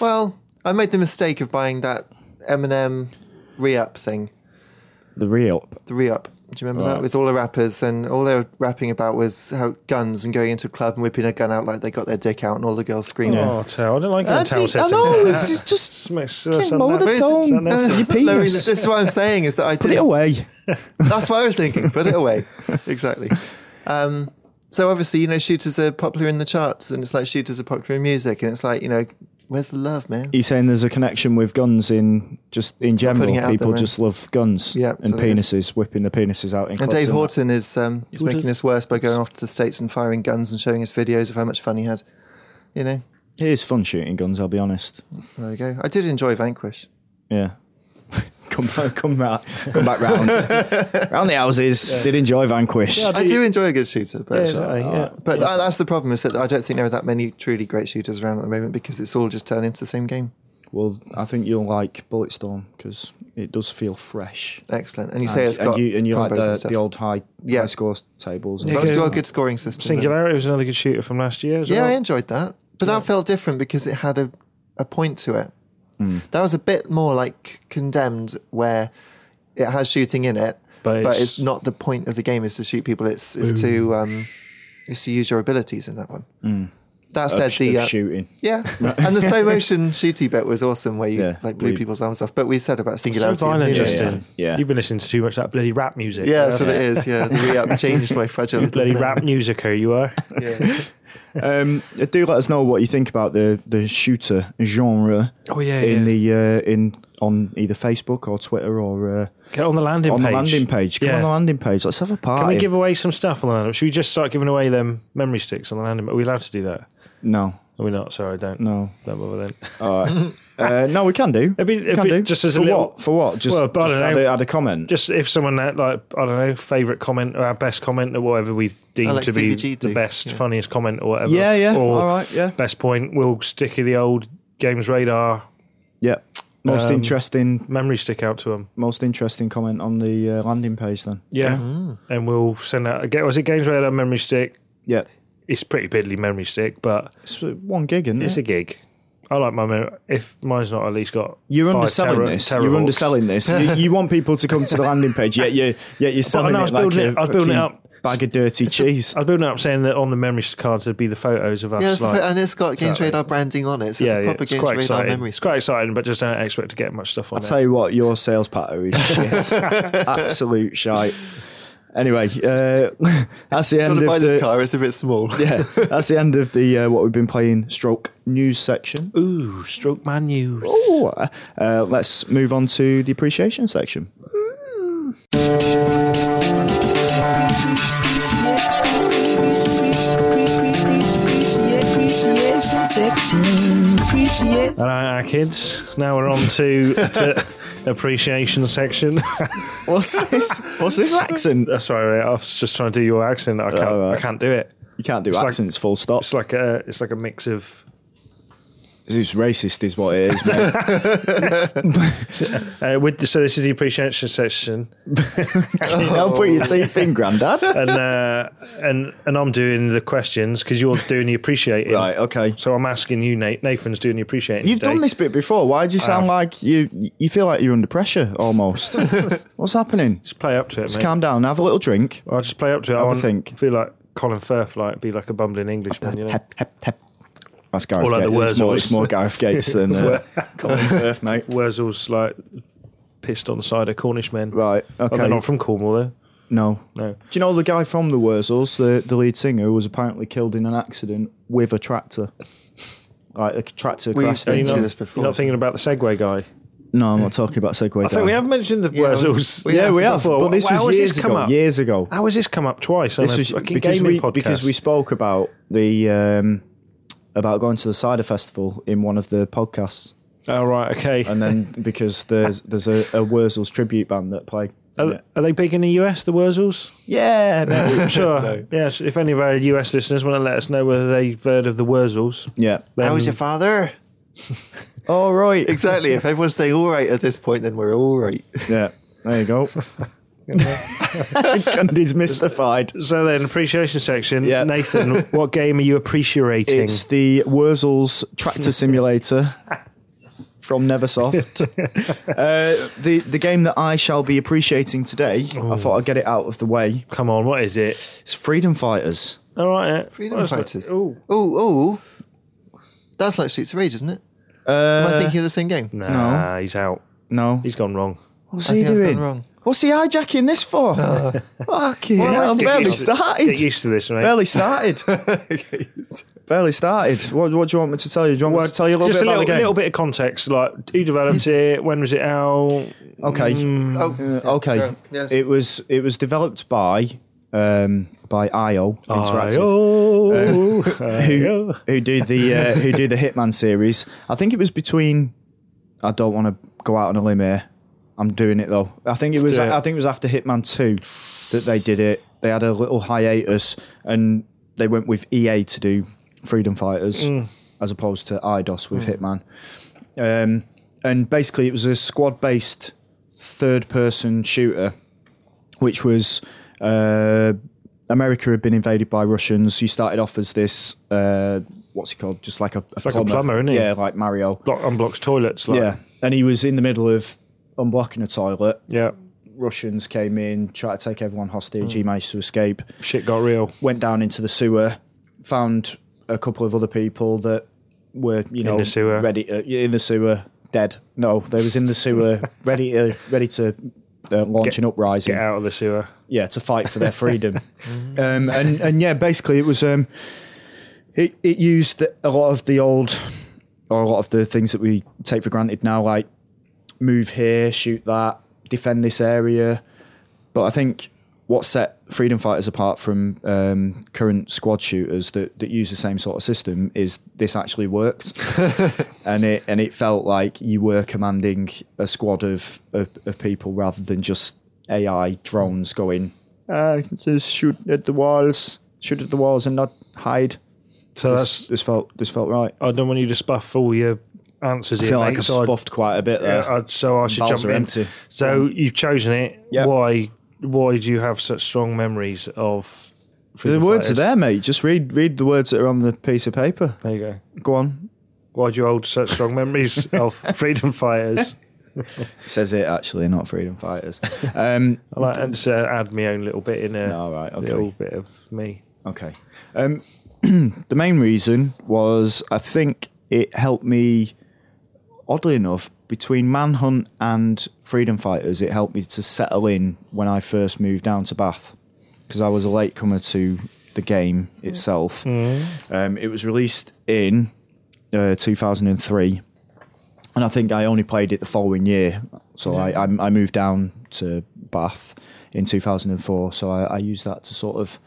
well, I made the mistake of buying that Eminem re-up thing, The real. the re-up. Do you remember that? With all the rappers and all they were rapping about was how guns and going into a club and whipping a gun out like they got their dick out and all the girls screaming. Oh, tell. I don't like I that tell think- I settings. know, it's just- just Smith's, King Mulder But it's- Tone, no, no, your no, penis. this is what I'm saying is that I Put it did away. That's what I was thinking. Put it away. Exactly. Um, so obviously, you know, shooters are popular in the charts, and it's like shooters are popular in music, and it's like, you know, where's the love, man? He's saying there's a connection with guns in just in general. putting it out People there, just love guns Yeah, and so it is. penises, whipping the penises out in And clubs Dave that. Horton is um, is making does- this worse by going off to the states and firing guns and showing us videos of how much fun he had. You know, It is fun shooting guns. I'll be honest. there we go. I did enjoy Vanquish. Yeah. come back, come back, come back round, round the houses. Did enjoy Vanquish. Yeah, I do enjoy a good shooter, but exactly, yeah. uh, but that- that's the problem is that I don't think there are that many truly great shooters around at the moment because it's all just turned into the same game. Well, I think you'll like Bulletstorm because it does feel fresh. Excellent, and you And, say it's and got you and you like combos the, and stuff. the old high, Yeah. high score tables. and It's obviously Yeah. got a good scoring system. then. Singularity was another good shooter from last year. As Yeah, well. I enjoyed that, but that felt different because it had a, a point to it. Hmm. That was a bit more like Condemned, where it has shooting in it, but But it's, it's- not the point of the game is to shoot people. It's it's to um, it's to use your abilities in that one. Hmm. That of said, sh- the of uh, shooting. yeah, and the slow motion shooty bit was awesome, where you Yeah, like blew we- people's arms off. But we said about So singularity. violent, and yeah, Justin. yeah. Yeah. You've been listening to too much of that bloody rap music. yeah, that's what Yeah. it is. Yeah, the re-up changed my fragile. Bloody little bit. rap musicer, you are. Yeah. Um, do let us know what you think about the the shooter genre. Oh, yeah, in yeah. the uh, in on either Facebook or Twitter or uh, Get on the landing on page. the landing page. Come Yeah. on the landing page. Let's have a party. Can we give away some stuff on the landing? Should we just start giving away them memory sticks on the landing? Are we allowed to do that? no, Are we not? Sorry, I don't. no. Don't bother then. All right. uh, no, we can do. It'd be- it'd can be do. just as a for little- what for what just, Well, but I just don't add, know. a, add a comment. Just if someone had, like I don't know, favorite comment or our best comment or whatever we deem I like to be CVG the too. best, Yeah. funniest comment or whatever. yeah, yeah. Or All right, yeah, best point. We'll stick the old games radar yeah. Most Um, interesting, memory stick out to them. most interesting comment on the uh, landing page then. Yeah, Mm. and we'll send out. Get was it games radar memory stick? Yeah, It's pretty piddly memory stick, but it's one gig, isn't it's it? a gig. I like my mem- if mine's not at least got. You're five underselling tera- this. tera You're orcs. underselling this. You, you want people to come to the landing page, yet you yet you're selling no, I was it like building a it- I was building it fucking up. bag of dirty cheese. I was building it up saying that on the memory cards would be the photos of us. Yeah, that's the like- fa- and it's got Games Exactly. Radar branding on it, so yeah, it's a yeah, proper it's Games quite Radar exciting. memory. It's quite exciting, but just don't expect to get much stuff on I'll there. tell you what, your sales patter is shit. Absolute shite. Anyway, uh, that's the Do end of you want to buy this the car? It's a bit small. yeah, that's the end of the uh, what we've been playing stroke news section. Ooh, stroke man news. Ooh, uh, let's move on to the appreciation section. Appreciate. All right, our Uh, kids. Now we're on to, to appreciation section. What's this? What's this accent? Uh, Sorry, mate, I was just trying to do your accent. I can't. all right. I can't do it. You can't do like- accents. full stop. It's like a. It's like a mix of. It's racist, is what it is, mate. Uh, with the, so this is the appreciation section, I'll put your teeth in, Grandad. and uh, and and I'm doing the questions because you're doing the appreciating. Right, okay. So I'm asking you, Nate. Nathan's doing the appreciating. You've today. done this bit before. Why do you sound have. like you you feel like you're under pressure almost? What's happening? Just Just play up to it, mate. calm down, have a little drink. I'll just play up to it. I Have a want, think. feel like Colin Firth, like be like a bumbling Englishman, you know. Hep, hep, hep. That's Gareth All like Gates. the It's more, Wurzels. it's more Gareth Gates than uh, Colin Firth, mate. Wurzel's like pissed on the side of Cornishmen. Right, Oh, they're okay. not from Cornwall though. no. No. Do you know the guy from the Wurzels, the, the lead singer, was apparently killed in an accident with a tractor? Like a tractor We crashed don't into know. him. this before. You're not thinking about the Segway guy. No, I'm not talking about Segway. I think we have mentioned the Wurzels. yeah, we have. before. But this How was has years come ago. up? Years ago. How has this come up twice on This a was fucking because gaming we podcast? because we spoke about the um, about going to the cider festival in one of the podcasts, Oh right, okay. and then because there's there's a, a Wurzels tribute band that play. Are, are they big in the US, the Wurzels? Yeah, mate. I'm sure. Yes. If any of our US listeners want to let us know whether they've heard of the Wurzels, yeah. How um, is your father? All right. Exactly. if everyone's saying all right at this point, then we're all right. Yeah. There you go. Gundy's mystified. So then, appreciation section. Yeah. Nathan, what game are you appreciating? It's the Wurzels Tractor Simulator from Neversoft. uh, the the game that I shall be appreciating today. I thought I'd get it out of the way. Come on, what is it? It's Freedom Fighters. All right, eh. Freedom Well, it's not- fighters. Oh, Oh, oh. That's like Streets of Rage, isn't it? Am I thinking of the same game? nah, Uh, No. he's out. No. He's gone wrong. What's I he think I've doing? done wrong. What's he hijacking this for? Fucking hell, I Uh. Get barely used to- Get started. used to this, mate. Barely started. barely started. What, what do you want me to tell you? Do you want me to tell you a little Just bit a about little, the game? Mm. little bit of context, like who developed it, when was it out? Okay. Mm. Oh, Uh, okay. yeah, yes. It was it was developed by um, by IO Interactive. I-O. oh. who, I-O. who do the uh, who do the Hitman series. I think it was between. I don't want to go out on a limb here. I'm doing it though. I think it was. do it. I think it was after Hitman Two that they did it. They had a little hiatus and they went with EA to do Freedom Fighters Mm. as opposed to IDOS with Hitman. Um, and basically, it was a squad-based third-person shooter which was uh, America had been invaded by Russians. You started off as this, uh, what's he called? Just like a, a like a plumber. plumber, isn't he? Yeah, like Mario. Block, unblocks toilets. Like. Yeah, and he was in the middle of unblocking a toilet. Yeah. Russians came in, tried to take everyone hostage. Hmm. He managed to escape. Shit got real. Went down into the sewer, found a couple of other people that were, you know, the sewer. ready uh, in the sewer, dead. No, they was in the sewer, ready to ready to uh, launch an uprising Get out of the sewer. yeah, to fight for their freedom. um, and and yeah, basically it was um, it it used a lot of the old or a lot of the things that we take for granted now, like move here, shoot that, defend this area. But I think what set freedom fighters apart from um, current squad shooters that, that use the same sort of system is this actually worked, and it and it felt like you were commanding a squad of of, of people rather than just AI drones going, uh, just shoot at the walls, shoot at the walls and not hide. So This, that's. this felt this felt right. I don't want you to spuff all your answers I here. feel mate, like I've so I- spoffed quite a bit there. Yeah, I'd- so I should Bowls jump are in. empty. So you've chosen it. Yep. Why? Why do you have such strong memories of? the Freedom words are Fighters? there, mate. Just read read the words that are on the piece of paper. There you go. Go on. Why do you hold such strong memories of freedom fighters? It says it actually, not freedom fighters. um, I like and so add my own little bit in there. all right, okay. Little bit of me. Okay. Um, the main reason was I think it helped me, oddly enough, between Manhunt and Freedom Fighters, it helped me to settle in when I first moved down to Bath because I was a latecomer to the game itself. Um, it was released in uh, 2003. And I think I only played it the following year. So I, I, I moved down to Bath in 2004. So I, I used that to sort of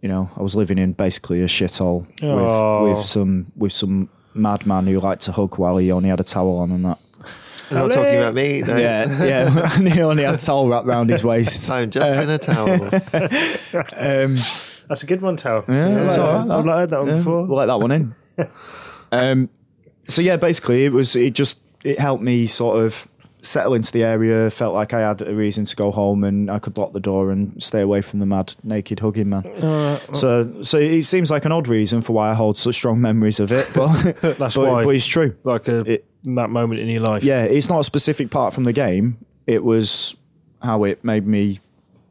you know, I was living in basically a shithole Oh. with with some with some madman who liked to hug while he only had a towel on and that. I'm not talking about me. No. Yeah, yeah, and he only had a towel wrapped around his waist. I'm just in a towel. Um, That's a good one, Tao. yeah, it's all right, I've that. not heard that one Yeah, before. We'll let that one in. um, so yeah, basically it was it just it helped me sort of settle into the area. Felt like I had a reason to go home and I could lock the door and stay away from the mad naked hugging man. so so it seems like an odd reason for why I hold such strong memories of it, but That's but, why. but it's true. like a It- that moment in your life. Yeah, it's not a specific part from the game. It was how it made me.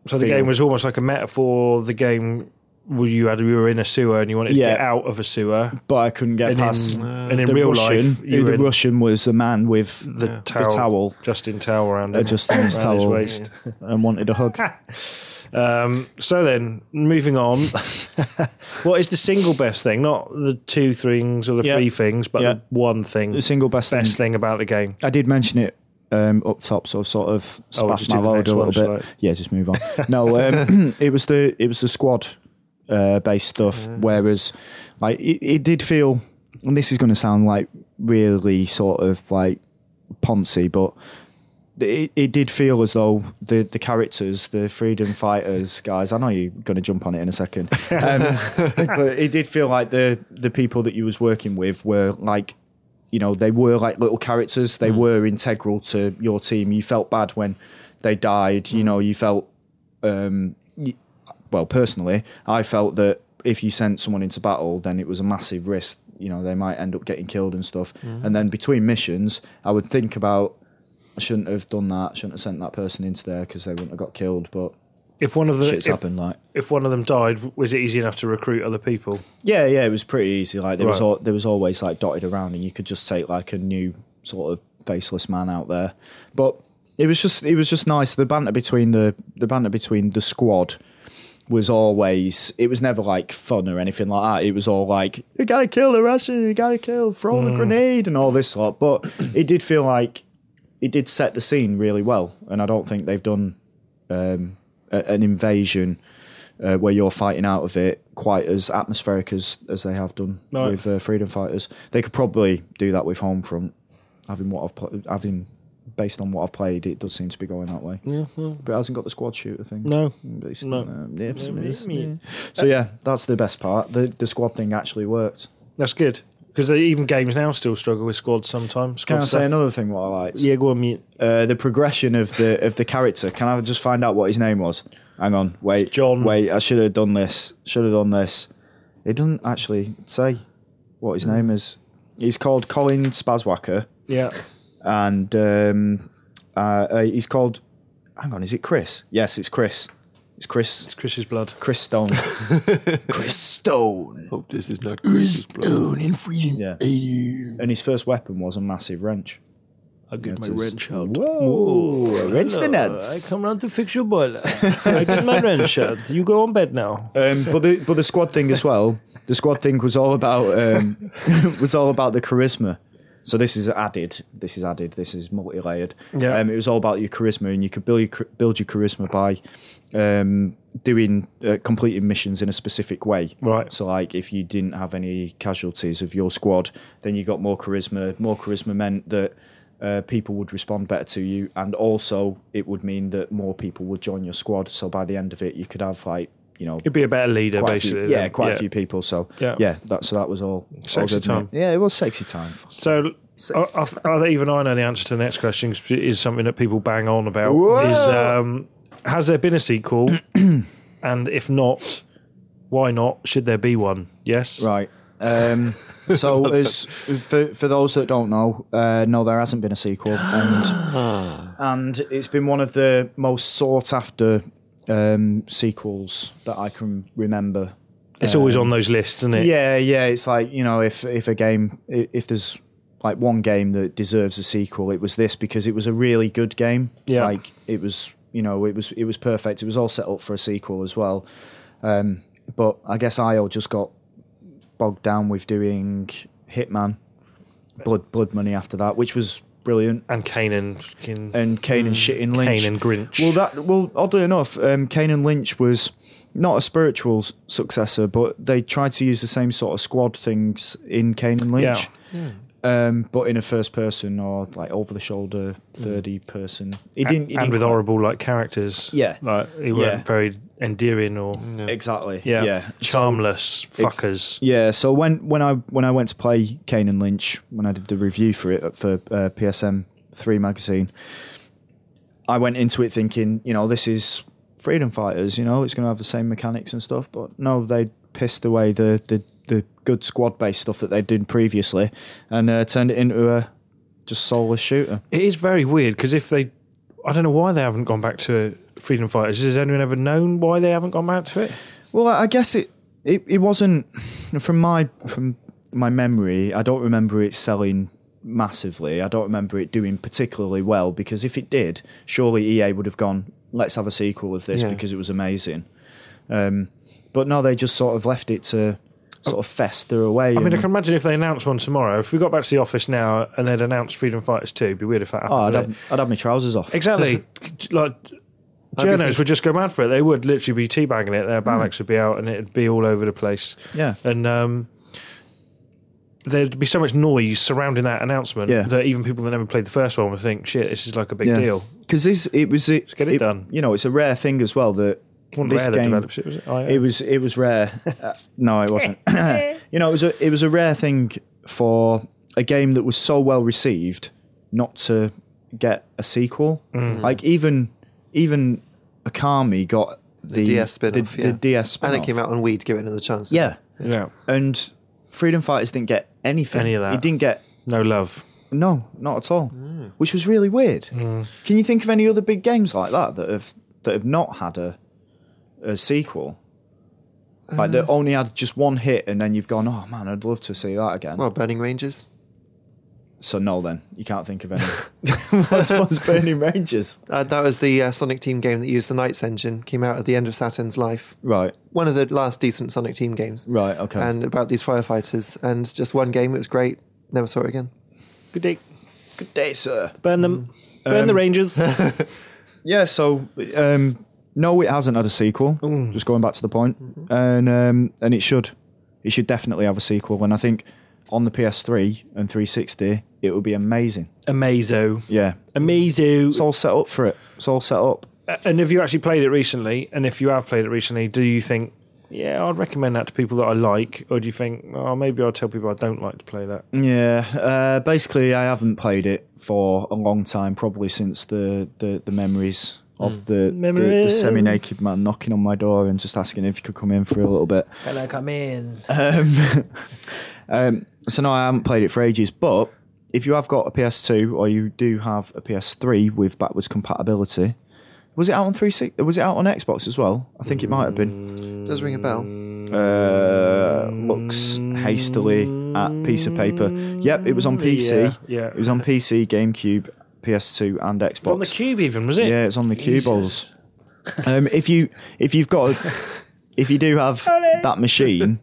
So the feel. game was almost like a metaphor. The game where you had you were in a sewer and you wanted Yeah. to get out of a sewer. But I couldn't get And past. in, and in real Russian, life, you the were in Russian was a man with the, towel, towel. Justin towel around uh, him, just on his around towel his waist. and wanted a hug. Um, so then, moving on, what is the single best thing? Not the two things or the Yeah. three things, but Yeah. the one thing, The single best, best thing. thing about the game. I did mention it um, up top, so I've sort of Oh, we'll splashed just do my the load next a one, little bit. shall Yeah, just move on. no, um, it was the it was the squad uh, based stuff. Whereas, like, it, it did feel, and this is going to sound like really sort of like poncy, but it, it did feel as though the, the characters, the freedom fighters guys, I know you're going to jump on it in a second, um, but it did feel like the, the people that you was working with were like, you know, they were like little characters. They were integral to your team. You felt bad when they died. You know, you felt, um, y- well, personally, I felt that if you sent someone into battle, then it was a massive risk. You know, they might end up getting killed and stuff. And then between missions, I would think about I shouldn't have done that. I shouldn't have sent that person into there because they wouldn't have got killed. But If one of the shit's if, happened. Like, if one of them died, was it easy enough to recruit other people? yeah, yeah, it was pretty easy. Like there was Right. al- there was always like dotted around, and you could just take like a new sort of faceless man out there. But it was just it was just nice. The banter between the the banter between the squad was always it was never like fun or anything like that. It was all like you gotta kill the Russian, you gotta kill, throw the grenade, and all this lot. But it did feel like it did set the scene really well, and I don't think they've done um, a- an invasion uh, where you're fighting out of it quite as atmospheric as, as they have done No. with uh, Freedom Fighters. They could probably do that with Homefront, having what I've pl- having based on what I've played, it does seem to be going that way. But it hasn't got the squad shooter thing. No. Based- No. um, yeah, so- Mm. So yeah, that's the best part. The the squad thing actually worked. That's good because even games now still struggle with squads sometimes. Squad Can I stuff. say another thing? What I liked, Yeah, go on mute. uh, the progression of the of the character. Can I just find out what his name was? Hang on, wait, John. Wait, I should have done this. Should have done this. It doesn't actually say what his name is. He's called Colin Spazwacker, Yeah, and um, uh, uh, he's called. Hang on, is it Chris? Yes, it's Chris. It's Chris. it's Chris's blood. Chris Stone. Chris Stone. Hope Oh, this is not Chris's blood. Yeah. And his first weapon was a massive wrench. I'll get That is- Whoa. Whoa! wrench the Hello, nuts. I come round to fix your boiler. I get my wrench out. You go on bed now. Um, but the but the squad thing as well. The squad thing was all about um, was all about the charisma. So this is added. This is added. This is multi-layered. Yeah. Um, it was all about your charisma, and you could build your char- build your charisma by um, doing uh, completing missions in a specific way. Right. So like, if you didn't have any casualties of your squad, then you got more charisma. More charisma meant that uh, people would respond better to you, and also it would mean that more people would join your squad. So by the end of it, you could have like you know You'd be a better leader, quite a few- basically. yeah, then. quite a few people. So yeah, Yeah. that so that was all. all Sexy good, mate. time. Yeah, it was sexy time. So, I, I, I, even I know the answer to the next question 'cause it is something that people bang on about. Is um, has there been a sequel? and if not, why not? Should there be one? Yes. Right. Um, so as, for for those that don't know, uh, no, there hasn't been a sequel, and and it's been one of the most sought after um, sequels that I can remember. It's always on those lists, isn't it? Um, Yeah, yeah. It's like you know, if if a game, i- if there's like one game that deserves a sequel, it was this because it was a really good game. Yeah. like it was, you know, it was it was perfect. It was all set up for a sequel as well. Um, but I guess IO just got bogged down with doing Hitman, Blood Blood Money after that, which was brilliant. And Kanan, fucking And Kane and shit in Lynch. Mm. Kane and Grinch. Well, that well, oddly enough, um, Kane and Lynch was not a spiritual s- successor, but they tried to use the same sort of squad things in Kane and Lynch, um, but in a first person or like over the shoulder thirty person. It didn't. It Mm. and didn't with quite- horrible like characters. Yeah. Like he weren't Yeah. very endearing or Exactly. yeah, Yeah. charmless Ex- fuckers. Yeah, so when, when I when I went to play Kane and Lynch when I did the review for it for uh, PSM three magazine, I went into it thinking you know this is Freedom Fighters, you know it's going to have the same mechanics and stuff, but no, they pissed away the the, the good squad based stuff that they'd done previously and uh, turned it into a just soulless shooter. It is very weird because if they, I don't know why they haven't gone back to Freedom Fighters. Has anyone ever known why they haven't gone back to it? Well, I guess it, it it wasn't from my from my memory. I don't remember it selling massively. I don't remember it doing particularly well because if it did, surely EA would have gone, "Let's have a sequel of this Yeah. because it was amazing." Um, but no, they just sort of left it to sort of fester away. I mean, I and- can imagine if they announced one tomorrow. If we got back to the office now and they'd announced Freedom Fighters 2, it'd be weird if that happened. oh, I'd wouldn't have, I'd have my trousers off. it? exactly. like, journos thinking- would just go mad for it. They would literally be teabagging it. Their barracks would be out and it'd be all over the place. Hmm. Yeah. And um, there'd be so much noise surrounding that announcement Yeah. that even people that never played the first one would think, shit, this is like a big deal. Because this, it was it. get it done. You know, it's a rare thing as well that One this rare that game. develops it, was it? Oh, IO? It was it was rare. Uh, no, it wasn't. you know, it was a it was a rare thing for a game that was so well received not to get a sequel. Mm. Like even even Akami got the, DS spin the, off. the yeah. DS And spin-off. it came out on Weed, give it another chance. Yeah, Yeah. and Freedom Fighters didn't get anything. Any of that. It didn't get No love. no, not at all. Which was really weird. Can you think of any other big games like that that have that have not had a a sequel? Like that only had just one hit, and then you've gone, oh man, I'd love to see that again. Well, Burning Rangers. so no, then you can't think of any. What's what's Burning Rangers? Uh, that was the uh, Sonic Team game that used the Knights engine. Came out at the end of Saturn's life. Right, One of the last decent Sonic Team games. right, okay. And about these firefighters. And just one game. It was great. Never saw it again. Good day. Good day, sir. Burn them. Burn Um, the Rangers. Yeah, so um, no, it hasn't had a sequel. Just going back to the point, and um, and it should, it should definitely have a sequel. And I think on the PS3 and 360, it would be amazing. Amazo. Yeah, Amazo. it's all set up for it. It's all set up. Uh, And have you actually played it recently? And if you have played it recently, do you think, yeah, I'd recommend that to people that I like? Or do you think, oh, maybe I'll tell people I don't like to play that? Yeah, uh, basically, I haven't played it for a long time, probably since the the, the memories of the, the, the Memories. semi naked man knocking on my door and just asking if he could come in for a little bit. Can I come in? Um, so no, I haven't played it for ages. But if you have got a PS2 or you do have a PS3 with backwards compatibility, was it out on 360? Was it out on Xbox as well? I think it might have been. Does ring a bell. Uh, looks hastily at piece of paper. Yep, it was on PC. Yeah, yeah. it was on PC, GameCube, PS2, and Xbox. On the cube, even, was it? yeah, it's on the cue balls. Um, if you if you've got a, if you do have that machine,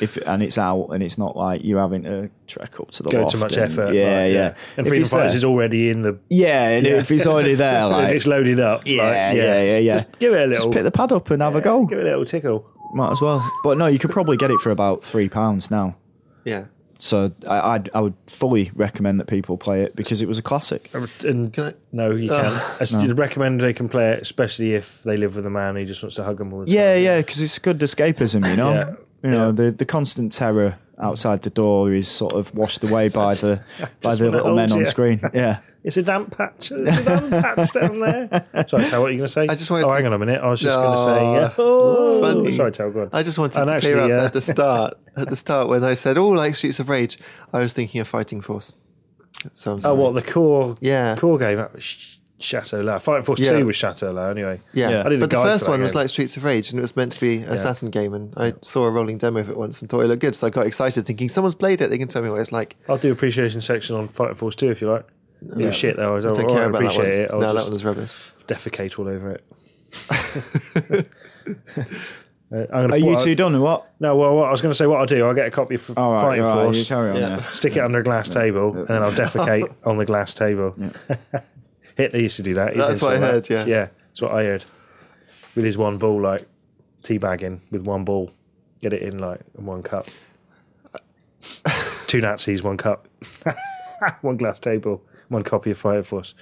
if and it's out and it's not like you having to trek up to the Go loft too much and- effort. Yeah, like, yeah. And If Freedom it's Fighters there- is already in the. yeah, and if it's already there, like it's loaded up. yeah, like, yeah, yeah, yeah, Just give it a Just little. pick the pad up and have a go. Give it a little tickle. Might as well. But no, you could probably get it for about three pounds now. Yeah. So I, I'd I would fully recommend that people play it because it was a classic. And Can I? no, you can't. As- You'd recommend they can play it, especially if they live with a man who just wants to hug them all the time. Yeah, yeah, because it's good escapism, you know. Yeah. You know, Yeah. the the constant terror outside the door is sort of washed away by the by just the wanna little men hold on you. screen. Yeah. It's a damp patch. It's a damp patch down there. Sorry, Tal, what are you going to say? I just wanted oh, to- hang on a minute. I was just going to No. say, yeah. Oh, Funny. Sorry, Tal, go on. I just wanted And to actually, clear up uh, at the start. At the start, when I said, "Oh, like Streets of Rage," I was thinking of Fighting Force. So I'm Oh, sorry. what the core? Yeah. core game that was Sh- Chateau La. Fighting Force Yeah. Two was Chateau La. Anyway, Yeah, Yeah. I did a but the guide first for that one was game. like Streets of Rage, and it was meant to be an assassin game. And I saw a rolling demo of it once and thought it looked good, so I got excited, thinking someone's played it. They can tell me what it's like. I'll do appreciation section on Fighting Force Two if you like. Yeah. shit though. I don't, Don't Oh, I care don't about that one. appreciate it. I'll no, that just one is rubbish. defecate all over it. Uh, I'm gonna Are you what I- two done or what? No, well, what I was going to say what I'll do. I'll get a copy of All right, Fighting all right, you Force, carry on. Yeah. yeah. stick it under a glass table, and then I'll defecate on the glass table. Hitler used to do that. He's That's into what I all that. heard, yeah. yeah, that's what I heard. With his one ball, like teabagging with one ball, get it in like in one cup. Two Nazis, one cup, one glass table, one copy of Fire Force.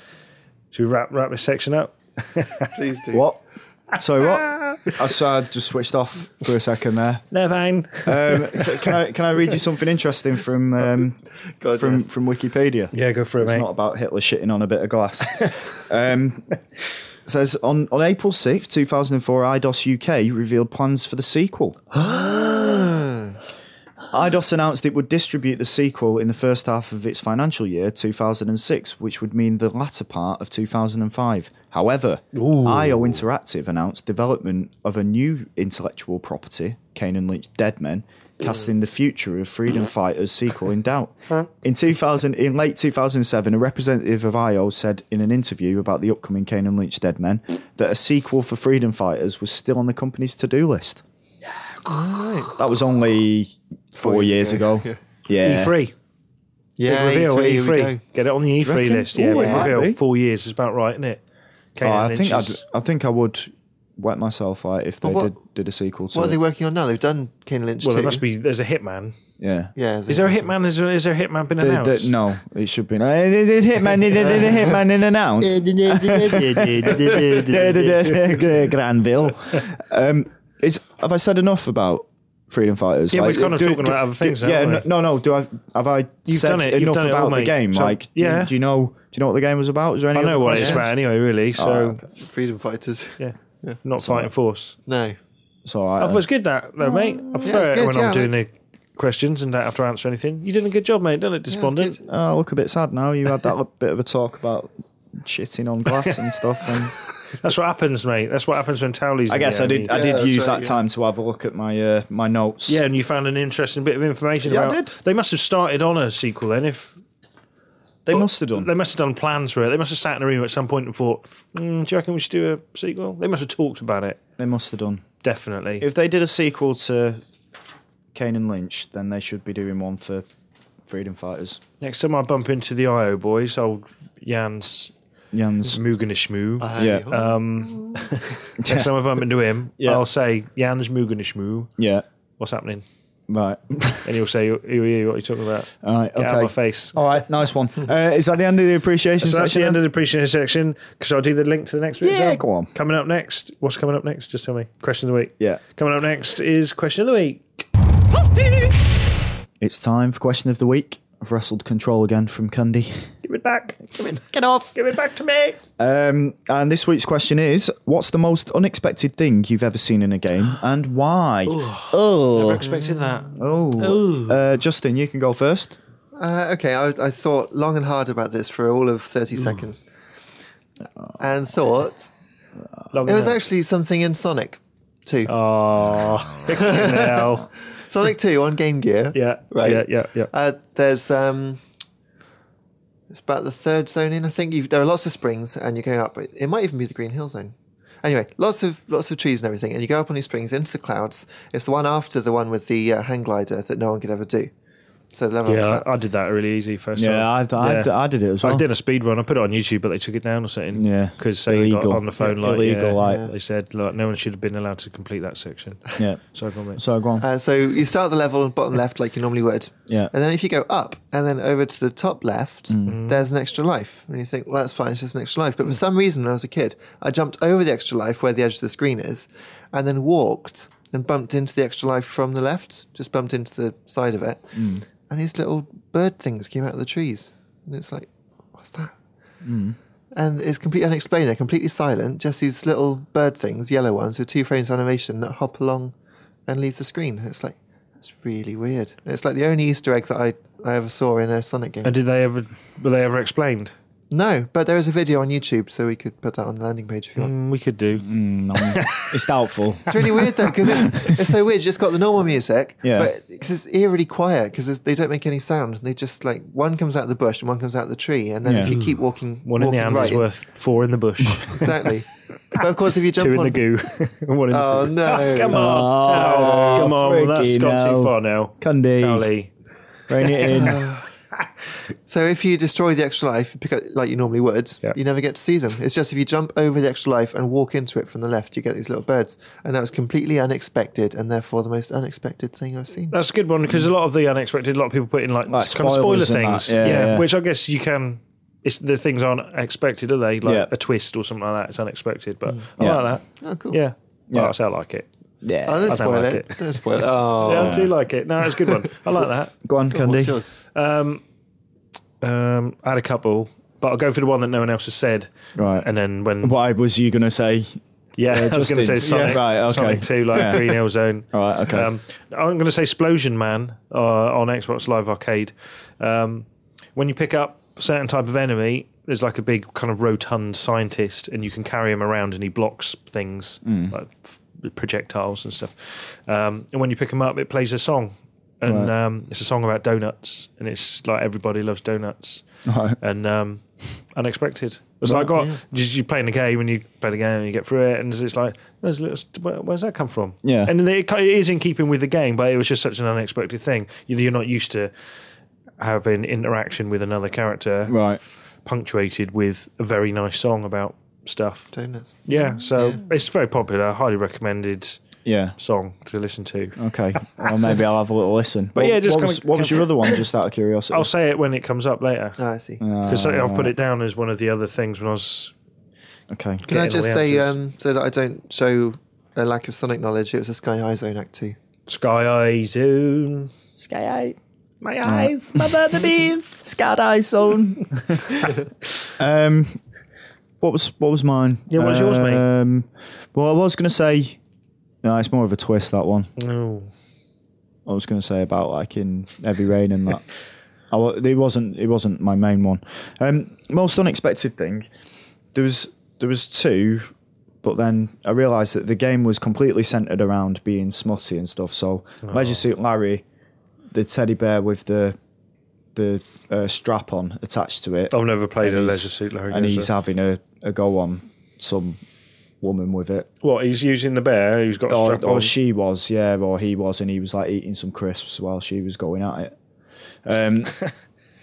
Should we wrap wrap this section up? Please do. What? Sorry, what? I saw I just switched off for a second there. No, Vane. Um, c- can I can I read you something interesting from um, God, from yes. from Wikipedia? Yeah, go for it, It's mate. not about Hitler shitting on a bit of glass. um, it says on, on April 6th, 2004, IDOS UK revealed plans for the sequel. IDOS announced it would distribute the sequel in the first half of its financial year, 2006, which would mean the latter part of 2005. However, IO Interactive announced development of a new intellectual property, Kane and Lynch Dead Men, casting the future of Freedom Fighters sequel in doubt. In 2000, in late 2007, a representative of IO said in an interview about the upcoming Kane and Lynch Dead Men that a sequel for Freedom Fighters was still on the company's to-do list. That was only four, years years ago. ago. Yeah. E3. Yeah, E Big E reveal, E3, here we E3. go. Get it on the Do you E3 reckon? list. Yeah, Ooh, it big might reveal. be. Four years is about right, isn't it? Oh, Kane I Lynch think I'd, is- I think I would wet myself out if they what- did, did a sequel to What are it. they working on now? They've done Kane Lynch Well, too. there must be. There's a hitman. yeah. Yeah, Is there a hitman? Is, is there a hitman been The- the- announced? no, it should be. They did Hitman, they did Hitman, they announced. Granville. Um, is, have I said enough about Freedom Fighters? Yeah, we've kind of talking about other things now, Yeah, haven't we? no, no. Do I have I You've said done it, you've enough done it all, about the mate. game? So, like, do you- yeah. do, you know? Do you know what the game was about? Is there any? I know other what it's questions? about anyway, really. So Freedom Fighters. yeah, not fighting force. No. It's all right. I thought it was good that though, mate. I prefer it's it good, when yeah, I'm doing the questions and don't have to answer anything. You did a good job, mate. Don't look Yeah, it's despondent. good. Oh, I look a bit sad now. You had that little bit of a talk about shitting on glass and stuff. And That's what happens, mate. That's what happens when Towley's. I in guess there I and did. you- I did that's use right, that yeah. time to have a look at my uh, my notes. yeah, and you found an interesting bit of information. Yeah, I about, did. They must have started on a sequel then. If they must have done. they must have done plans for it, they must have sat in a room at some point and thought, mm, "Do you reckon we should do a sequel?" They must have talked about it. They must have done. Definitely. If they did a sequel to Kane and Lynch, then they should be doing one for Freedom Fighters. Next time I bump into the IO boys, old Jan's Jans. Muganishmoo. Uh, Yeah. oh, Next time I bump into him, Yeah. I'll say Jan's Muganishmoo. Yeah. What's happening? Right. And he'll say, "Who are you? What are you talking about?" All right. Get out of my Okay. face. All right. Nice one. Uh, is that the end of the appreciation So that's section? the end then? of the appreciation section. Because I'll do the link to the next bit. as Yeah, well. go on. Coming up next, what's coming up next? Just tell me. Question of the week. yeah. Coming up next is question of the week. It's time for question of the week. I've wrestled control again from Cundy. Give it back. Give it, Get off. give it back to me. Um, and this week's question is: What's the most unexpected thing you've ever seen in a game, and why? I Oh, expected that. oh. Uh, Justin, you can go first. Uh, okay, I, I thought long and hard about this for all of 30 Hmm. seconds. And thought Long it was enough. actually something in Sonic 2. Uh, Aw. Fucking hell. Sonic 2 on Game Gear. Yeah. Right. Yeah. Yeah. Yeah. Uh, there's um, it's about the third zone in. I think you there are lots of springs, and you go up. It it might even be the Green Hill Zone. Anyway, lots of lots of trees and everything, and you go up on these springs into the clouds. It's the one after the one with the uh, hang glider that no one could ever do. So the level after yeah. that. I did that really easy first Yeah, I, time. I, I did it as well. I did a speed run. I put it on YouTube, but they took it down or something. Oh. Yeah. because they got Illegal. on the phone Yeah, like illegal, yeah, like- they said like no one should have been allowed to complete that section. Yeah. So I got it. So go on. Uh, so you start at the level and bottom left like you normally would. Yeah. And then if you go up and then over to the top left, there's an extra life. And you think, well, that's fine, it's just an extra life. But for some reason, when I was a kid, I jumped over the extra life where the edge of the screen is and then walked and bumped into the extra life from the left, just bumped into the side of it. And these little bird things came out of the trees. And it's like, what's that? And it's completely unexplained. They're completely silent. Just these little bird things, yellow ones with two frames of animation that hop along and leave the screen. It's like that's really weird. And it's like the only Easter egg that I, I ever saw in a Sonic game. And did they ever? Were they ever explained? no, but there is a video on YouTube, so we could put that on the landing page if you want. Mm, we could do. No, Um, it's doubtful. It's Mm. really weird though because it's, it's so weird. You just got the normal music, Yeah. but because it's eerily quiet because they don't make any sound. They just like one comes out of the bush and one comes out of the tree, and then if Yeah. you keep walking, One in walking the hand right, is worth four in the bush, exactly. but of course, if you jump two in on the goo, and one in Oh the goo. no! Ah, come on, Oh, Towley. come on, that's freaking gone hell. too far now. Cundy. Towley. Rein it in. So if you destroy the extra life, pick up like you normally would, Yeah. you never get to see them. It's just if you jump over the extra life and walk into it from the left, you get these little birds. And that was completely unexpected, and therefore the most unexpected thing I've seen. That's a good one because a lot of the unexpected, a lot of people put in like, Mm. Like kind of spoiler spoilers and that, things. yeah, yeah. which I guess you can. It's the things aren't expected, are they? Like Yeah. Mm. a twist or something like that. It's unexpected, but I Yeah. like that. Oh, cool. Yeah, Yeah. Yeah. I say I like it. Yeah. Oh, don't I don't spoil like it. it. Don't spoil it. Oh, Yeah, I do like it. No, it's a good one. I like that. Go on, Candy. what's yours? Um, um, I had a couple, but I'll go for the one that no one else has said. Right. And then when Why was you going to say? yeah, I was going to say Justin's. Yeah, Sonic, right, okay. Sonic Two, like Yeah. Green Hill Zone. All right, okay. Um, I'm going to say Splosion Man uh, on Xbox Live Arcade. Um, when you pick up a certain type of enemy, there's like a big kind of rotund scientist, and you can carry him around, and he blocks things Hmm. like f- projectiles and stuff. Um, and when you pick him up, it plays a song, and Right. um, it's a song about donuts, and it's like everybody loves donuts Right. and um, unexpected. It's like, oh, you you're playing the game and you play the game and you get through it, and it's like, there's a little, st- where, where's that come from? Yeah. and it, ki- it is in keeping with the game, but it was just such an unexpected thing. You- You're not used to having interaction with another character Right. punctuated with a very nice song about stuff. Donuts. Yeah, so it's very popular, highly recommended Yeah. song to listen to. Okay. Well, maybe I'll have a little listen. But yeah, just what come was, and- what was your other one? Just out of curiosity. I'll say it when it comes up later Oh, I see. because I've put it down as one of the other things when I was okay. Can I getting all just the say, answers. um, so that I don't show a lack of Sonic knowledge, it was a Sky High Zone Act 2. Sky Eye Zone. Sky eye. Mm. My eyes, mother the bees. Sky eye zone. um, what was what was mine? Yeah, what was yours, mate? Um, well, I was going to say. No, it's more of a twist that one. No. I was going to say about like in heavy rain and that. I, wa- it wasn't. It wasn't my main one. Um, most unexpected thing. There was there was two, but then I realised that the game was completely centred around being smutty and stuff. So Oh. Leisure Suit Larry, the teddy bear with the the uh, strap on attached to it, I've never played Oh, a he's- Leisure Suit Larry. and Gazer. he's having a, a go on some woman with it. what? He's using the bear. He's got a Or, strap on. or she was, yeah, or he was, and he was like eating some crisps while she was going at it. Um,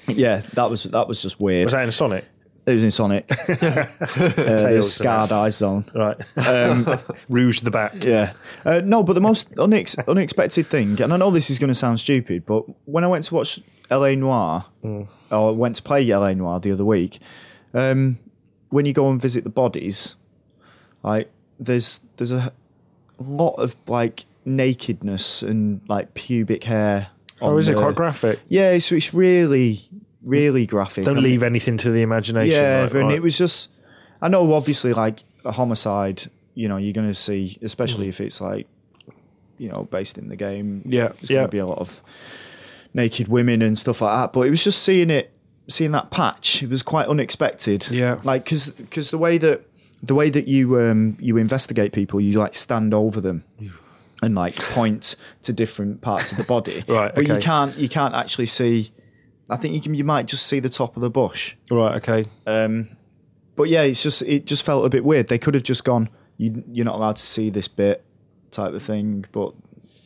yeah, that was that was just weird. Was that in Sonic? it was in Sonic, uh, the Tails scarred and eye zone. Right. Um, Rouge the Bat. Yeah, uh, no, but the most unex- unexpected thing, and I know this is going to sound stupid, but when I went to watch La Noir, Mm. or went to play La Noir the other week, um, when you go and visit the bodies, like there's there's a lot of like nakedness and like pubic hair. Oh, on uh, is it the- quite graphic? Yeah, it's it's really really graphic. Don't I mean, leave anything to the imagination. yeah, like, and right. it was just. I know, obviously, like a homicide. You know, you're going to see, Mm. especially if it's like, you know, based in the game. Yeah, it's yeah. going to be a lot of naked women and stuff like that. But it was just seeing it, seeing that patch. It was quite unexpected. Yeah. like because the way that the way that you um you investigate people, you like stand over them. And like point to different parts of the body, Right, But you okay. can't you can't actually see. I think you can you might just see the top of the bush, Right. Okay. but yeah, it's just it just felt a bit weird. They could have just gone, you, you're not allowed to see this bit type of thing. But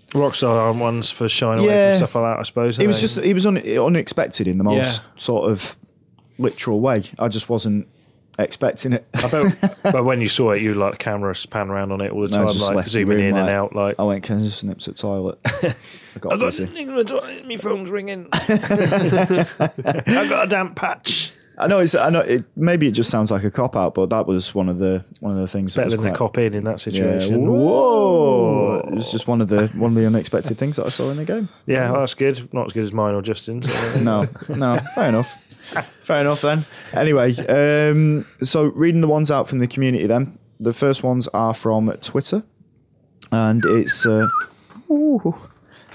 Rockstar aren't ones for shying away Yeah. from stuff like that. I suppose. it are was they? just it was un, unexpected in the most Yeah. sort of literal way. I just wasn't expecting it. I bet, but when you saw it, you like the camera pan around on it all the I time, just like left the zooming room, in and like- out. Like I went, can I just nip to the toilet? I got I've got busy. something on the toilet, my phone's ringing. I've got a damp patch. I know it's I know it, maybe it just sounds like a cop out, but that was one of the one of the things. that Better was than a quite- cop in in that Yeah. situation. Whoa! It was just one of the one of the unexpected things that I saw in the game. Yeah, well, that's good. Not as good as mine or Justin's. no, no, fair enough. Fair enough then. Anyway, um, so reading the ones out from the community then. The first ones are from Twitter, and it's uh, ooh.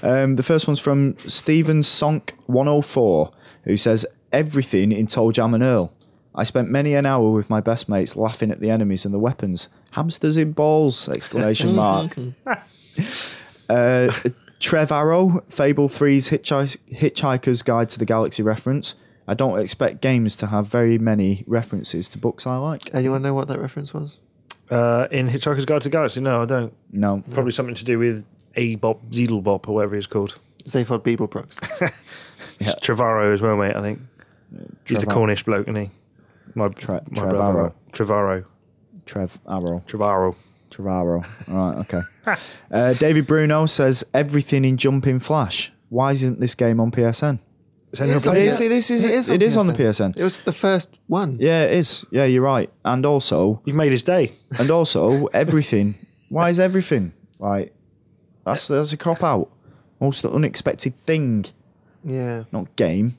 um, the first one's from Stephen Sonk one hundred four, who says everything in Toe Jam and Earl. I spent many an hour with my best mates laughing at the enemies and the weapons. Hamsters in balls! Exclamation mark. Uh, Trev Arrow, Fable 3's Hitchhi- Hitchhiker's Guide to the Galaxy reference. I don't expect games to have very many references to books I like. Anyone know what that reference was? Uh, in Hitchhiker's Guide to the Galaxy, no, I don't. No. Probably something to do with A Bop, Zeedle Bop, or whatever it's called. Zaphod Beeblebrox. Yeah. It's Trevorrow as well, mate, I think. He's the Trevorrow. Cornish bloke, isn't he? My, Tre- my Trevorrow. brother. Trevorrow. Trev Arrow. Trevorrow. Trevorrow. All right, okay. Uh, David Bruno says everything in Jumping Flash. Why isn't this game on PSN? Is anyone on playing it is- it is- it is on the PSN. It was the first one. Yeah, it is. Yeah, you're right. And also, You've made his day. and also, everything Why is everything like that's that's a cop out? Most the unexpected thing, Yeah. not game.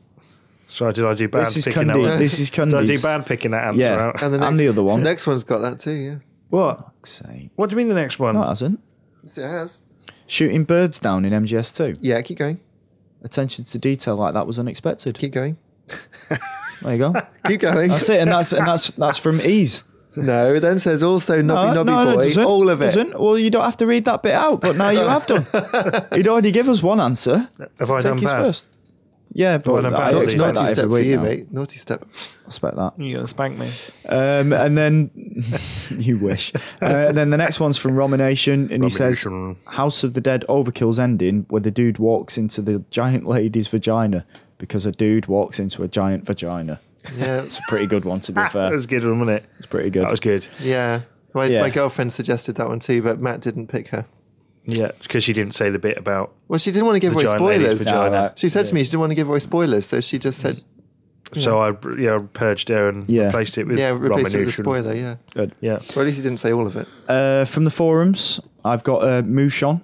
Sorry, did I do bad This is picking that Cundy. one? This is Did I do Cundy's. bad picking that answer Yeah, out? and the, next, other one. Next one's got that too, yeah. What? Say, What do you mean the next one? no, it hasn't. Yes, it has. Shooting birds down in MGS2. Yeah, keep going. Attention to detail like that was unexpected. Keep going. There you go. Keep going. That's it, and that's and that's that's from Ease. No, it then says also Nobby Nobby Boy. doesn't. all of it. Doesn't. Well, you don't have to read that bit out, but now you have done. He'd already give us one answer. Have I Take done his bad? first. Yeah, but done I badly. expect Not that Naughty every step for week you, now. mate. Naughty step. Expect that. You're gonna spank me. Um, and then you wish. Uh, and then the next one's from Romination, and he says Romination. House of the Dead Overkill's ending, where the dude walks into the giant lady's vagina because a dude walks into a giant vagina. Yeah. It's a pretty good one, to be That fair. was a good, one, wasn't it? It's pretty good. That was good. yeah. My, Yeah. my girlfriend suggested that one too, but Matt didn't pick her. Yeah, because she didn't say the bit about Well, she didn't want to give the away giant lady's spoilers. vagina. Alright. She said to me she didn't want to give away spoilers, so she just said, So I yeah purged her and Yeah. replaced it with yeah, replace it with a Romination. spoiler, yeah. good. Yeah, Or at least he didn't say all of it. Uh, from the forums, I've got uh, Mushon,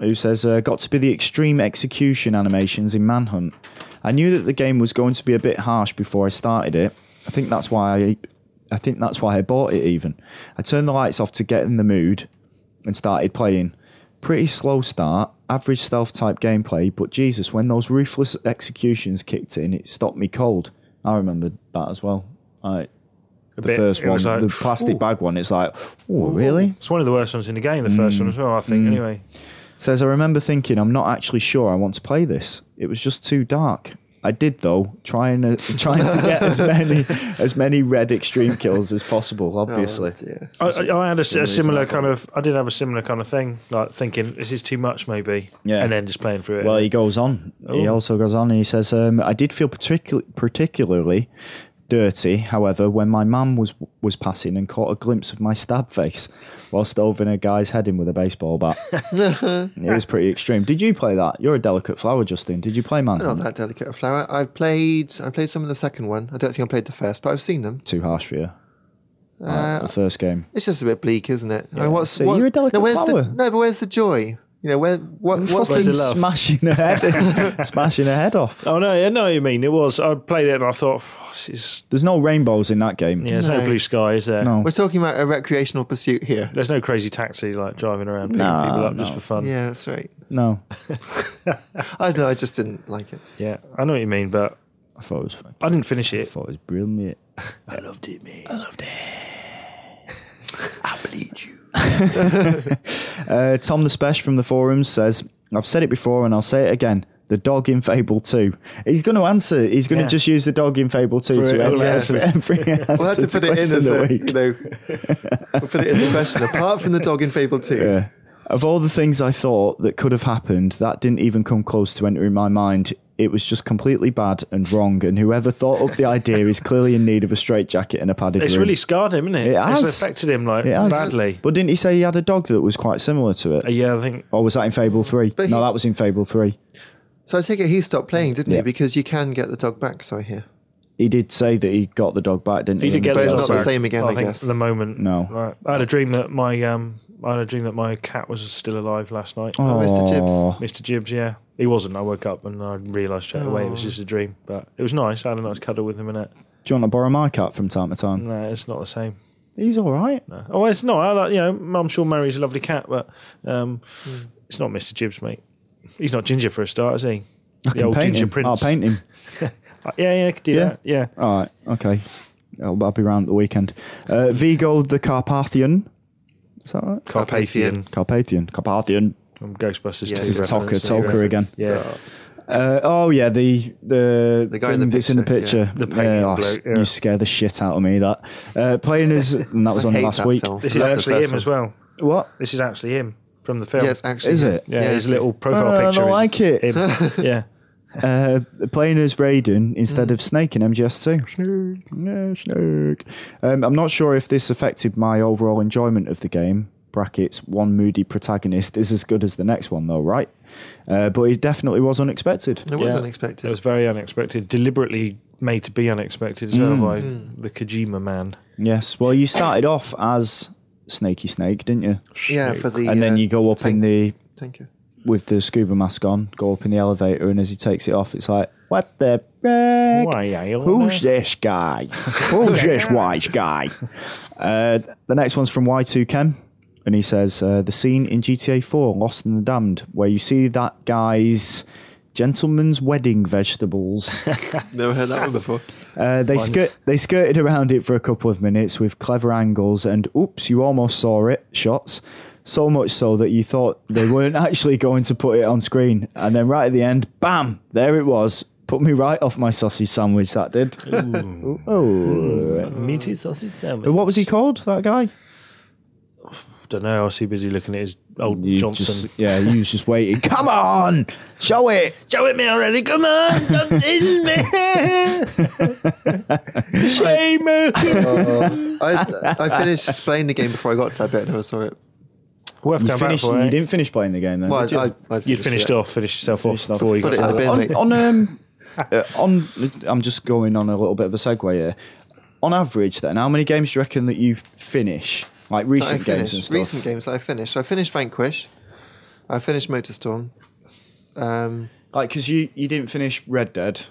who says, uh, Got to be the extreme execution animations in Manhunt. I knew that the game was going to be a bit harsh before I started it. I think that's why I, I think that's why I bought it. Even I turned the lights off to get in the mood, and started playing. Pretty slow start, average stealth type gameplay, but Jesus, when those ruthless executions kicked in, it stopped me cold. I remembered that as well. I, the bit- first it one, was like, the plastic "Ooh." bag one, it's like, oh, really? Mm. it's one of the worst ones in the game. The first one as well, I think. Anyway, Says, I remember thinking, I'm not actually sure I want to play this. It was just too dark. I did though, trying to, trying to get as many as many red extreme kills as possible. Obviously, Oh, dear. I, I, I had a, s- reason a I similar thought- kind of. I did have a similar kind of thing, like thinking this is too much, maybe. Yeah. and then just playing through it. well, he goes on. He Oh. also goes on and he says, um, I did feel particu- particularly dirty. However, when my mum was was passing and caught a glimpse of my stab face whilst over in a guy's head in with a baseball bat, it was pretty extreme. Did you play that? You're a delicate flower, Justin. Did you play man? Not that delicate a flower. I've played. I played some of the second one. I don't think I played the first, but I've seen them. Too harsh for you. Uh, Like, the first game. It's just a bit bleak, isn't it? I mean, what's, So you're a delicate no, where's flower. The, no, but where's the joy? You know, where what, what's Fucking the love? smashing her head, smashing her head off. oh no, yeah, no, you mean it was. I played it and I thought, "Oh, this is There's no rainbows in that game. yeah, there's no, No. blue sky, is there? No. We're talking about a recreational pursuit here. There's no crazy taxi like driving around picking No, people up just no. for fun. Yeah, that's right. No, I don't know. I just didn't like it. Yeah, I know what you mean, but I thought it was. fucking- I didn't finish I it. thought it was brilliant. I loved it, mate. Uh, Tom the Spesh from the forums says, "I've said it before and I'll say it again." The dog in Fable Two. He's going to answer. He's going to Yeah. just use the dog in Fable Two For to all every, answers. every answer We'll have to to put it in question as of the a, week. you know, we'll put it in the question. Apart from the dog in Fable Two, Yeah. Of all the things I thought that could have happened, that didn't even come close to entering my mind. It was just completely bad and wrong, and whoever thought up the idea is clearly in need of a straitjacket and a padded It's room. really scarred him, isn't it? It has. It's affected him like It has. badly. But didn't he say he had a dog that was quite similar to it? Uh, yeah, I think Or was that in Fable 3? But no, he- that was in Fable 3. so I take it he stopped playing, didn't Yeah. he? Because you can get the dog back. So I hear. He did say that he got the dog back, didn't he? He did get But the it's dog not the back. same again, I think guess. at The moment, No. Right. I had a dream that my um, I had a dream that my cat was still alive last night. Oh, Mr. Gibbs. Mr. Gibbs, yeah, he wasn't. I woke up and I realised straight away it Oh. was just a dream, but it was nice. I had a nice cuddle with him in it. Do you want to borrow my cat from time to time? No, it's not the same. He's all right. Mm. No. Oh, it's not. I like, you know, I'm sure Mary's a lovely cat, but um, it's not Mr. Gibbs, mate. He's not ginger for a start, is he? I the can old paint ginger him. prince. I'll paint him. Uh, Yeah, yeah, I could do Yeah. that. Yeah. All right, okay. I'll, I'll be around the weekend. Uh, Vigo the Carpathian. Is that right? Carpathian. Carpathian. Carpathian. Carpathian. From Ghostbusters Yeah, 2. This is reference. Toker, reference, yeah, Toker again. reference. Yeah. Uh, oh yeah, the the, The guy in thing the that's in the picture, picture. The painting oh, bloke, s- yeah. You scare the shit out of me. That uh, playing as and that was I on hate last that week. film. This is Love the actually first him one. as well. What? This is actually him from the film. Yes, actually. Is it? Yeah, his it's- little profile Uh, I don't picture. is like it. him. yeah. Uh, playing as Raiden instead of Snake in MGS2. Snake, yeah, Snake. Um, I'm not sure if this affected my overall enjoyment of the game. Brackets. One moody protagonist is as good as the next one, though, right? Uh, but it definitely was unexpected. It was Yeah. It unexpected. was very unexpected. Deliberately made to be unexpected as well by the Kojima man. Yes. Well, you started off as Snaky Snake, didn't you? Yeah, for the uh, and then you go up in the Thank you. with the scuba mask on, go up in the elevator, and as he takes it off, it's like, what the heck? Why are you Who's there? this guy? Who's this wise guy? Uh, the next one's from Y2Ken, and he says uh, the scene in GTA 4, Lost and the Damned, where you see that guy's gentleman's wedding vegetables. Never heard that one before. Uh, they skirt they skirted around it for a couple of minutes with clever angles and oops, you almost saw it shots. So much so that you thought they weren't actually going to put it on screen, and then right at the end, bam! There it was. Put me right off my sausage sandwich. That did. Oh. Meaty sausage sandwich. And What was he called? That guy? Don't know. I was too busy looking at his old Johnson. Just, yeah, you was just waiting. Come on, show it. Show it me already. Come on. Stop teasing me. Shame. I, I finished playing the game before I got to that bit and I saw it. Worth You going back finished. for. eh? You didn't finish playing the game then. Well, did you? I, I, You'd finished it. off, finished yourself off Finished off. before you Put got it in the to that. bin, mate. on, on um, uh, on. I'm just going on a little bit of a segue here. On average, then, how many games do you reckon that you finish? Like That I recent games finished. and stuff. Recent games that I finished. So I finished Vanquish. I finished MotorStorm. Um, Like, because you you didn't finish Red Dead.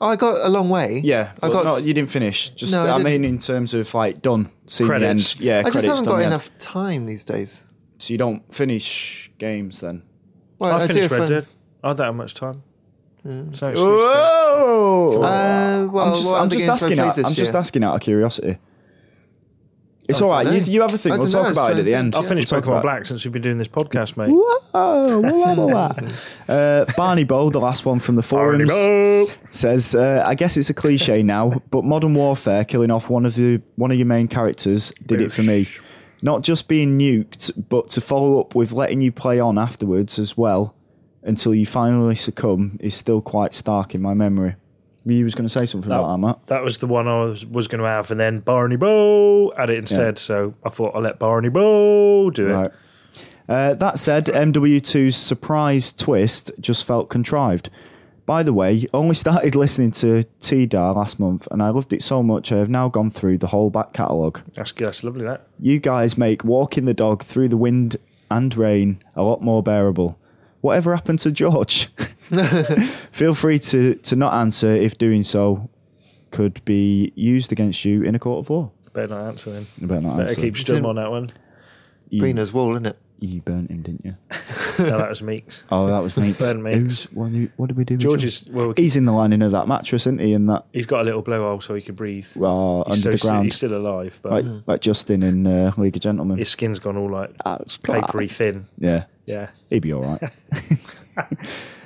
oh, I got a long way. Yeah, I I got. Not, you didn't finish. Just No, I I, didn't. mean, in terms of like done, seen Credits. the end. Yeah, I just credits haven't done got the end. enough time these days. So you don't finish games then. Well, I do finished if Red I'm- Dead. I don't have much time. It's uh, no excuse to- Whoa! Uh, well, I'm just, what I'm other just games have I asking played out. I'm this year? just asking out of curiosity. It's I all don't right. know. You, you have a thing. I We'll don't talk know, about it at the it's end. trying to I finished We'll talk Pokemon about- Black since we've been doing this podcast, mate. Whoa, whoa, whoa, whoa. uh, Barney Bow, the last one from the forums, says, uh, "I guess it's a cliche now, but Modern Warfare killing off one of the one of your main characters did it for me. Not just being nuked, but to follow up with letting you play on afterwards as well, until you finally succumb, is still quite stark in my memory." You was going to say something about that, Matt. That was the one I was, was going to have, and then Barney Bo had it instead. So I thought I'll let Barney Bo do it. Right. Uh, that said, MW2's surprise twist just felt contrived. By the way, only started listening to TDAR last month, and I loved it so much I have now gone through the whole back catalogue. That's that's lovely. That You guys make walking the dog through the wind and rain a lot more bearable. Whatever happened to George? Feel free to, to not answer if doing so could be used against you in a court of law. better not answer then. You better not Better answer. keep strum on that one. you, Brina's wall, isn't it? you burnt him, didn't you? No, that was Meeks. Oh, that was Meeks. Ben Meeks. Who's- What, do- what did we do? with George is well. He's in the lining of that mattress, isn't he? In that he's got a little blowhole, so he can breathe. uh, under he's, so uh, hmm. the sti- ground, he's still alive, but like Ah, like Justin in uh, League of Gentlemen. his skin's gone all like That's class. papery thin. Yeah, Yeah. he'd be all right.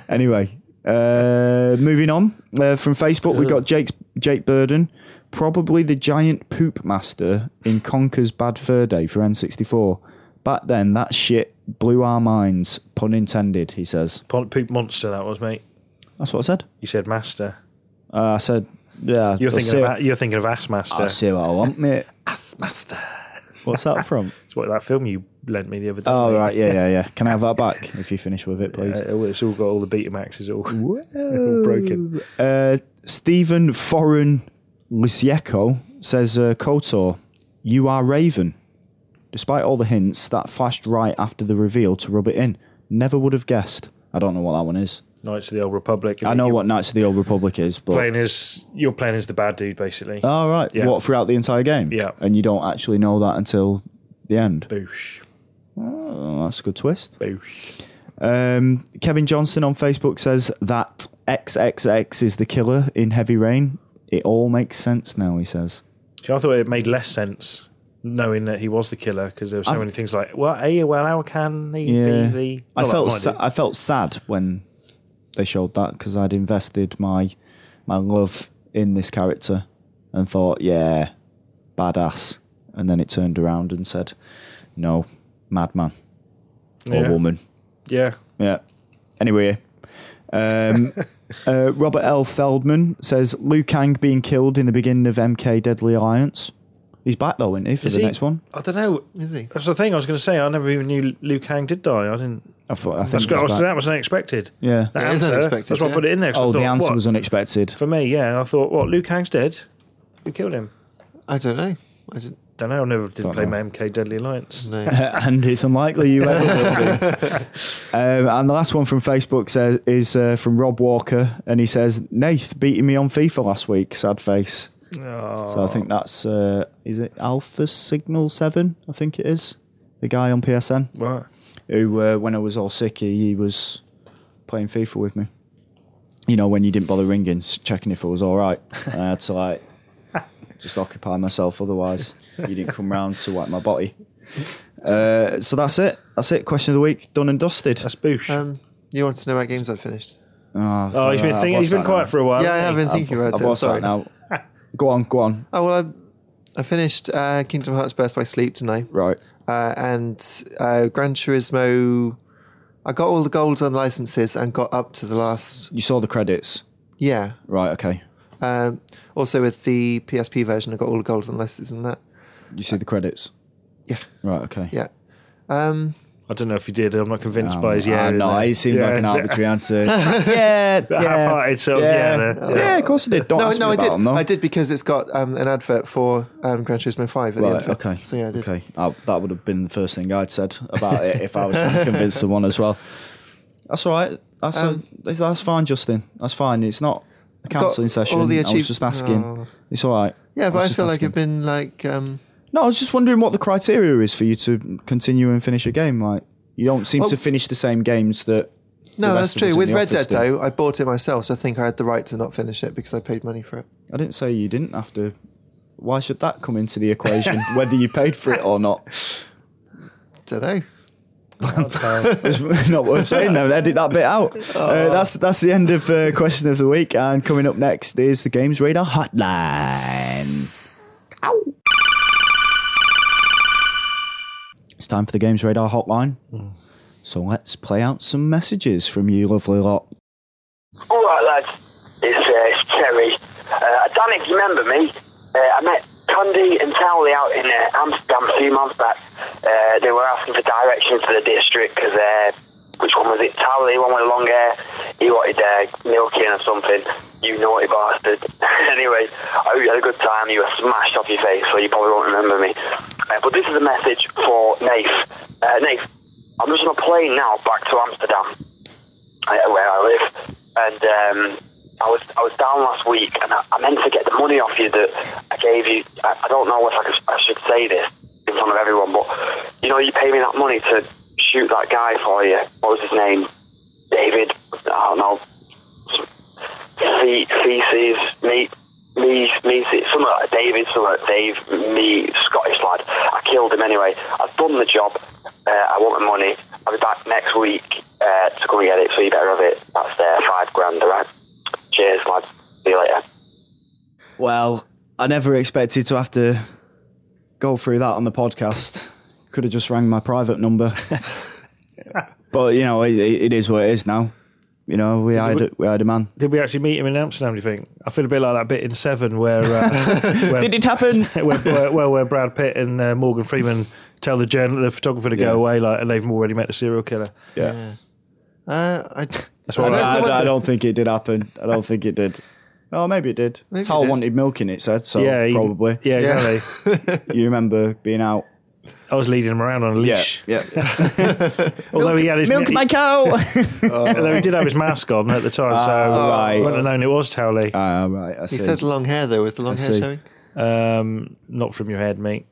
anyway, uh, moving on uh, from Facebook, we got Jake's Jake Burden, probably the giant poop master in Conker's Bad Fur Day for N64. Back then, that shit blew our minds. Pun intended. He says. Po- Poop monster that was, mate. That's what I said. You said master. Uh, I said. Yeah, You're I thinking said- of a- you're thinking of ass master. I see what I want, mate. master. What's that from? It's what that film you lent me the other day. Oh mate. right, yeah, yeah, yeah. Can I have that back if you finish with it, please? Uh, it's all got all the Betamaxes all, all broken. Uh, Stephen Foreign Lisieko says, uh, "Kotor, you are Raven." Despite all the hints, that flashed right after the reveal to rub it in. Never would have guessed. I don't know what that one is. Knights of the Old Republic. I know what Knights of the Old Republic is, but Playing as you're playing as the bad dude basically. oh right, Yeah. what throughout the entire game? Yeah. and you don't actually know that until the end. Boosh, Oh, that's a good twist. boosh. Um, Kevin Johnson on Facebook says that XXX is the killer in Heavy Rain. It all makes sense now, he says. See, I thought it made less sense knowing that he was the killer because there were so I've- many things like, well, hey, well, how can he Yeah. be the? I Not that felt mine sa- did. I felt sad when they showed that because I'd invested my my love in this character and thought, yeah, badass. And then it turned around and said, no, madman or Yeah. woman. yeah. Yeah. Anyway, um, uh, Robert L. Feldman says Liu Kang being killed in the beginning of MK Deadly Alliance. He's back though, isn't he, for Is the he- next one? I don't know. Is he? That's the thing I was going to say. I never even knew Liu Kang did die. I didn't. I thought I That's think good. he's back. that was unexpected. Yeah. That It is answer, unexpected, That's why I yeah. put it in there. 'cause I Oh, the thought, answer what? was unexpected. for me. Yeah, I thought, what? Liu Kang's dead. Who killed him? I don't know. I didn't. Don't know. I never did Don't play know. my MK Deadly Alliance. No. and it's unlikely you ever will be. Um, and the last one from Facebook says, is uh, from Rob Walker, and he says, Nath beating me on FIFA last week, sad face. Oh. So I think that's, uh, is it Alpha Signal 7? I think it is. The guy on PSN Right. who, uh, when I was all sick, he, he was playing FIFA with me. You know, when you didn't bother ringing, s- checking if I was all right. I had to like just occupy myself, otherwise you didn't come round to wipe my body. Uh, so that's it. That's it. Question of the week, done and dusted. That's Boosh. Um, you wanted to know what games I've finished? Oh, oh, he's been, I've thinking, lost he's been that quiet now. for a while. yeah, I have hasn't been thinking about I've it. I'm lost sorry. that now. Go on, go on. Oh well, I, I finished uh, Kingdom Hearts Birth by Sleep tonight, Right. uh, and uh, Gran Turismo. I got all the golds on licenses and got up to the last. You saw the credits. Yeah. Right, okay. Um, also with the PSP version, I got all the golds on licenses and that. You see the credits. Yeah. Right, okay. Yeah. Um, I don't know if he did. I'm not convinced Um, by his yeah. uh, no, there. it seemed like an Yeah. arbitrary answer. yeah, yeah, half-hearted sort of yeah there. yeah, Of course I did. Don't no, ask no, me I about did. them, though. I did because it's got um, an advert for um, Gran Turismo Five at the end. Right. of it. Okay. So yeah, I did. Okay. Oh, that would have been the first thing I'd said about it if I was trying to convince someone as well. That's all right. That's Um, that's fine, Justin. That's fine. It's not a counselling all session. the I achieve- was just asking. Oh. It's all right. Yeah, but I, was just feel like asking. I've been like. Um, No, I was just wondering what the criteria is for you to continue and finish a game. Like you don't seem Well- to finish the same games that. no, the rest that's of us true. in With the Red office Dead do. though, I bought it myself, so I think I had the right to not finish it because I paid money for it. I didn't say you didn't have to. Why should that come into the equation, whether you paid for it or not? Don't know. It's not worth saying though. Edit that bit out. Uh, that's that's the end of uh, question of the week. And coming up next is the Games Radar Hotline. It's time for the Games Radar Hotline. So let's play out some messages from you, lovely lot. All right, lads. It's, uh, it's Terry. Uh, I don't know if you remember me. Uh, I met Cundy and Towley out in uh, Amsterdam a few months back. Uh, they were asking for directions to the district because uh, which one was it? Towley, one with long hair. He wanted uh, milking or something. You naughty bastard. anyway, I hope you had a good time. You were smashed off your face, so you probably won't remember me. Uh, but this is a message for Nath. Uh, Nath, I'm just on a plane now back to Amsterdam uh, where I live, and um, I was I was down last week, and I, I meant to get the money off you that I gave you. I, I don't know if I, could, I should say this in front of everyone, but you know, you pay me that money to shoot that guy for you. What was his name? David. I don't know. Fe- feces, meat, me, me, some like David, some like Dave, me, Scottish lad. I killed him anyway. I've done the job. Uh, I want the money. I'll be back next week uh, to come and get it, so you better have it. That's uh, five grand, alright? Cheers, lads. See you later. Well, I never expected to have to go through that on the podcast. Could have just rang my private number, but you know it, it is what it is now. You know we hired a- we hired a man. Did we actually meet him in Amsterdam? Do you think? I feel a bit like that bit in Seven where uh, where, Did it happen? where, where, where, where Brad Pitt and uh, Morgan Freeman tell the journal, the photographer to Yeah. go away, like, and they've already met the serial killer. Yeah. Uh, I, That's what I, I- I- I don't think it did happen. I don't think it did. Oh, maybe it did. Maybe it Tal did. wanted milk in it, said so. yeah, he- Oh, probably. Yeah, Yeah. exactly. You remember being out? I was leading him around on a leash, yeah. although he had his milk he- my cow. although he did have his mask on at the time, so Ah, right. I wouldn't have known it was Towley. Ah, right. I see. He said long hair though. Was the long hair see. showing? Um, not from your head, mate.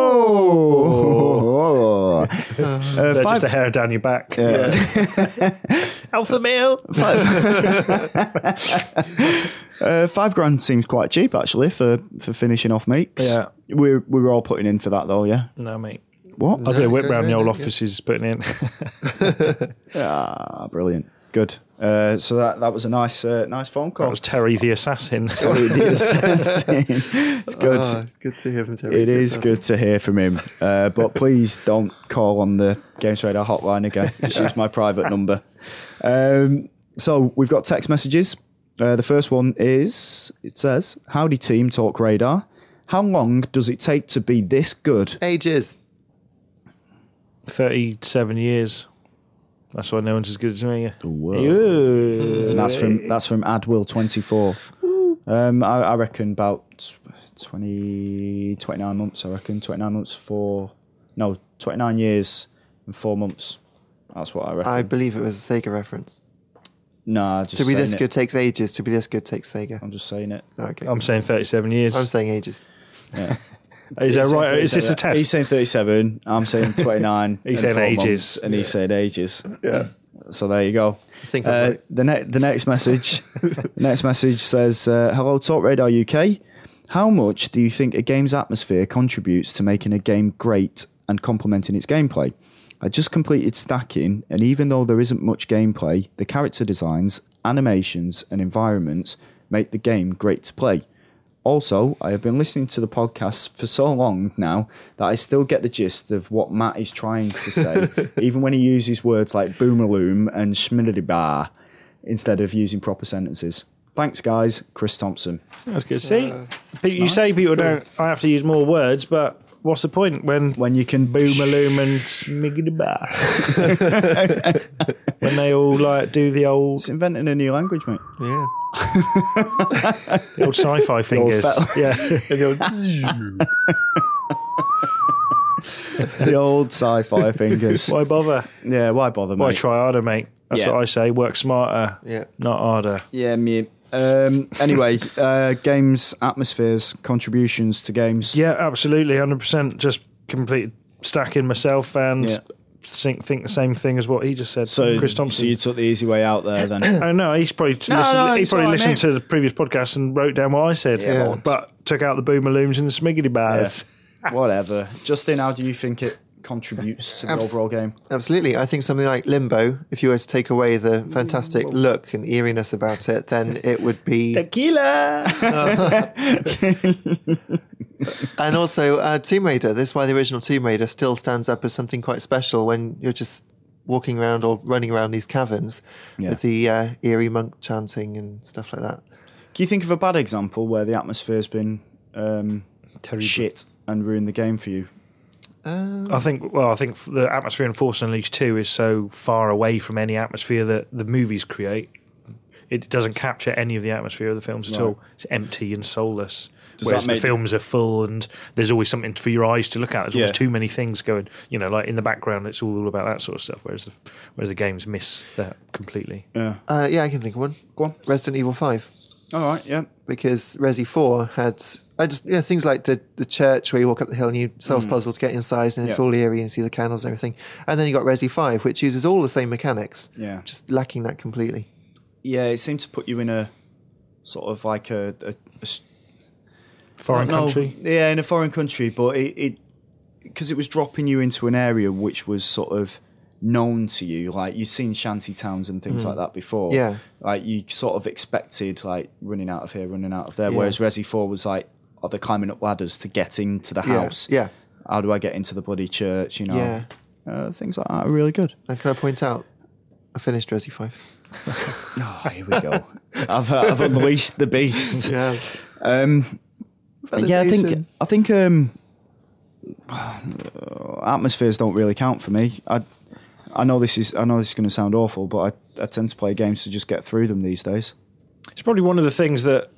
Whoa. Uh, They're five- just a hair down your back. Alpha male. Uh, five grand seems quite cheap actually for, for finishing off makes. Yeah. we're we were all putting in for that though. Yeah, No, mate. what? I'll do a whip go round the ahead, old yeah. offices, putting in. Ah, brilliant, good. Uh, so that, that was a nice uh, nice phone That call. was Terry the assassin. it's good. Ah, good to hear from Terry. it is good to hear from him. Uh, but please don't call on the Games Radar hotline again. Just use my private number. Um, so we've got text messages. Uh, the first one is it says, Howdy team talk radar. How long does it take to be this good? Ages. 37 years. That's why no one's as good as me. And that's from that's from Adwill twenty four. Um, I, I reckon about tw- 20, 29 months. I reckon twenty nine months for no twenty nine years and four months. That's what I reckon. I believe it was a Sega reference. nah, just To be saying this it. good takes ages. To be this good takes Sega. Oh, I'm just saying it. Okay. I'm saying 37 years. I'm saying ages. Is that He's saying right? Is this a 37. test? He's saying 37. I'm saying 29. He's and saying four ages. months, and he's saying ages. Yeah. So there you go. think I'm uh, right. the next the next message. the next message says, uh, "Hello, Talk Radar UK. How much do you think a game's atmosphere contributes to making a game great and complementing its gameplay? I just completed stacking, and even though there isn't much gameplay, the character designs, animations, and environments make the game great to play." Also, I have been listening to the podcast for so long now that I still get the gist of what Matt is trying to say, even when he uses words like boomaloom and schmiddibar instead of using proper sentences. Thanks, guys. Chris Thompson. That's good. See, Pete, you say people don't. I have to use more words, but what's the point when When you can boomaloom and smigidabar when they all like do the old It's inventing a new language, mate. Yeah. the old sci-fi fingers? Yeah, The old sci-fi fingers. why bother? yeah, why bother, mate? Why try harder, mate? That's Yeah. what I say. Work smarter, Yeah. not harder. yeah, me. Um, anyway, uh, games, atmospheres, contributions to games. Yeah, absolutely, hundred percent. Just completed stacking myself and Yeah. think think the same thing as what he just said. So, Chris Thompson. so you took the easy way out there then. Oh no, he's probably No, listened, no, he it's probably not listened what I to the previous podcast and wrote down what I said. Yeah. But took out the boomalooms and the smiggity bars. Whatever. Justin, how do you think it contributes to the Abs- overall game? Absolutely. I think something like Limbo, if you were to take away the fantastic look and eeriness about it, then it would be. Tequila. And also uh, Tomb Raider. This is why the original Tomb Raider still stands up as something quite special when you're just walking around or running around these caverns Yeah. with the uh, eerie monk chanting and stuff like that. Can you think of a bad example where the atmosphere's been um, shit and ruined the game for you? I think. Well, I think the atmosphere in Force Unleashed Two is so far away from any atmosphere that the movies create. It doesn't capture any of the atmosphere of the films at all. It's empty and soulless. that whereas the make- films are full and there's always something for your eyes to look at. There's always Yeah. too many things going. You know, like in the background, it's all about that sort of stuff. Whereas the whereas the games miss that completely. Uh, yeah, I can think of one. Go on. Resident Evil 5. All right, yeah. because Resi Four had I just you know, things like the the church where you walk up the hill and you solve puzzles, get inside, and Mm. it's Yeah. all eerie and you see the candles and everything. And then you got Resi Five, which uses all the same mechanics, Yeah. just lacking that completely. Yeah, it seemed to put you in a sort of like a, a, a s- Foreign no, country. Yeah, in a foreign country, but it because it, was dropping you into an area which was sort of known to you. Like you've seen shanty towns and things like that before. Hmm. Yeah. like you sort of expected like running out of here, running out of there. Yeah. Whereas Resi Four was like, are they climbing up ladders to get into the Yeah, house? yeah. How do I get into the bloody church? You know, Yeah. uh, things like that are really good. And can I point out, I finished Resi Five. Oh, here we go. I've, uh, I've unleashed the beast. Um, Yeah, Yeah, I think Validation. I think um, atmospheres don't really count for me. I I know this is I know this is going to sound awful, but I, I tend to play games to just get through them these days. It's probably one of the things that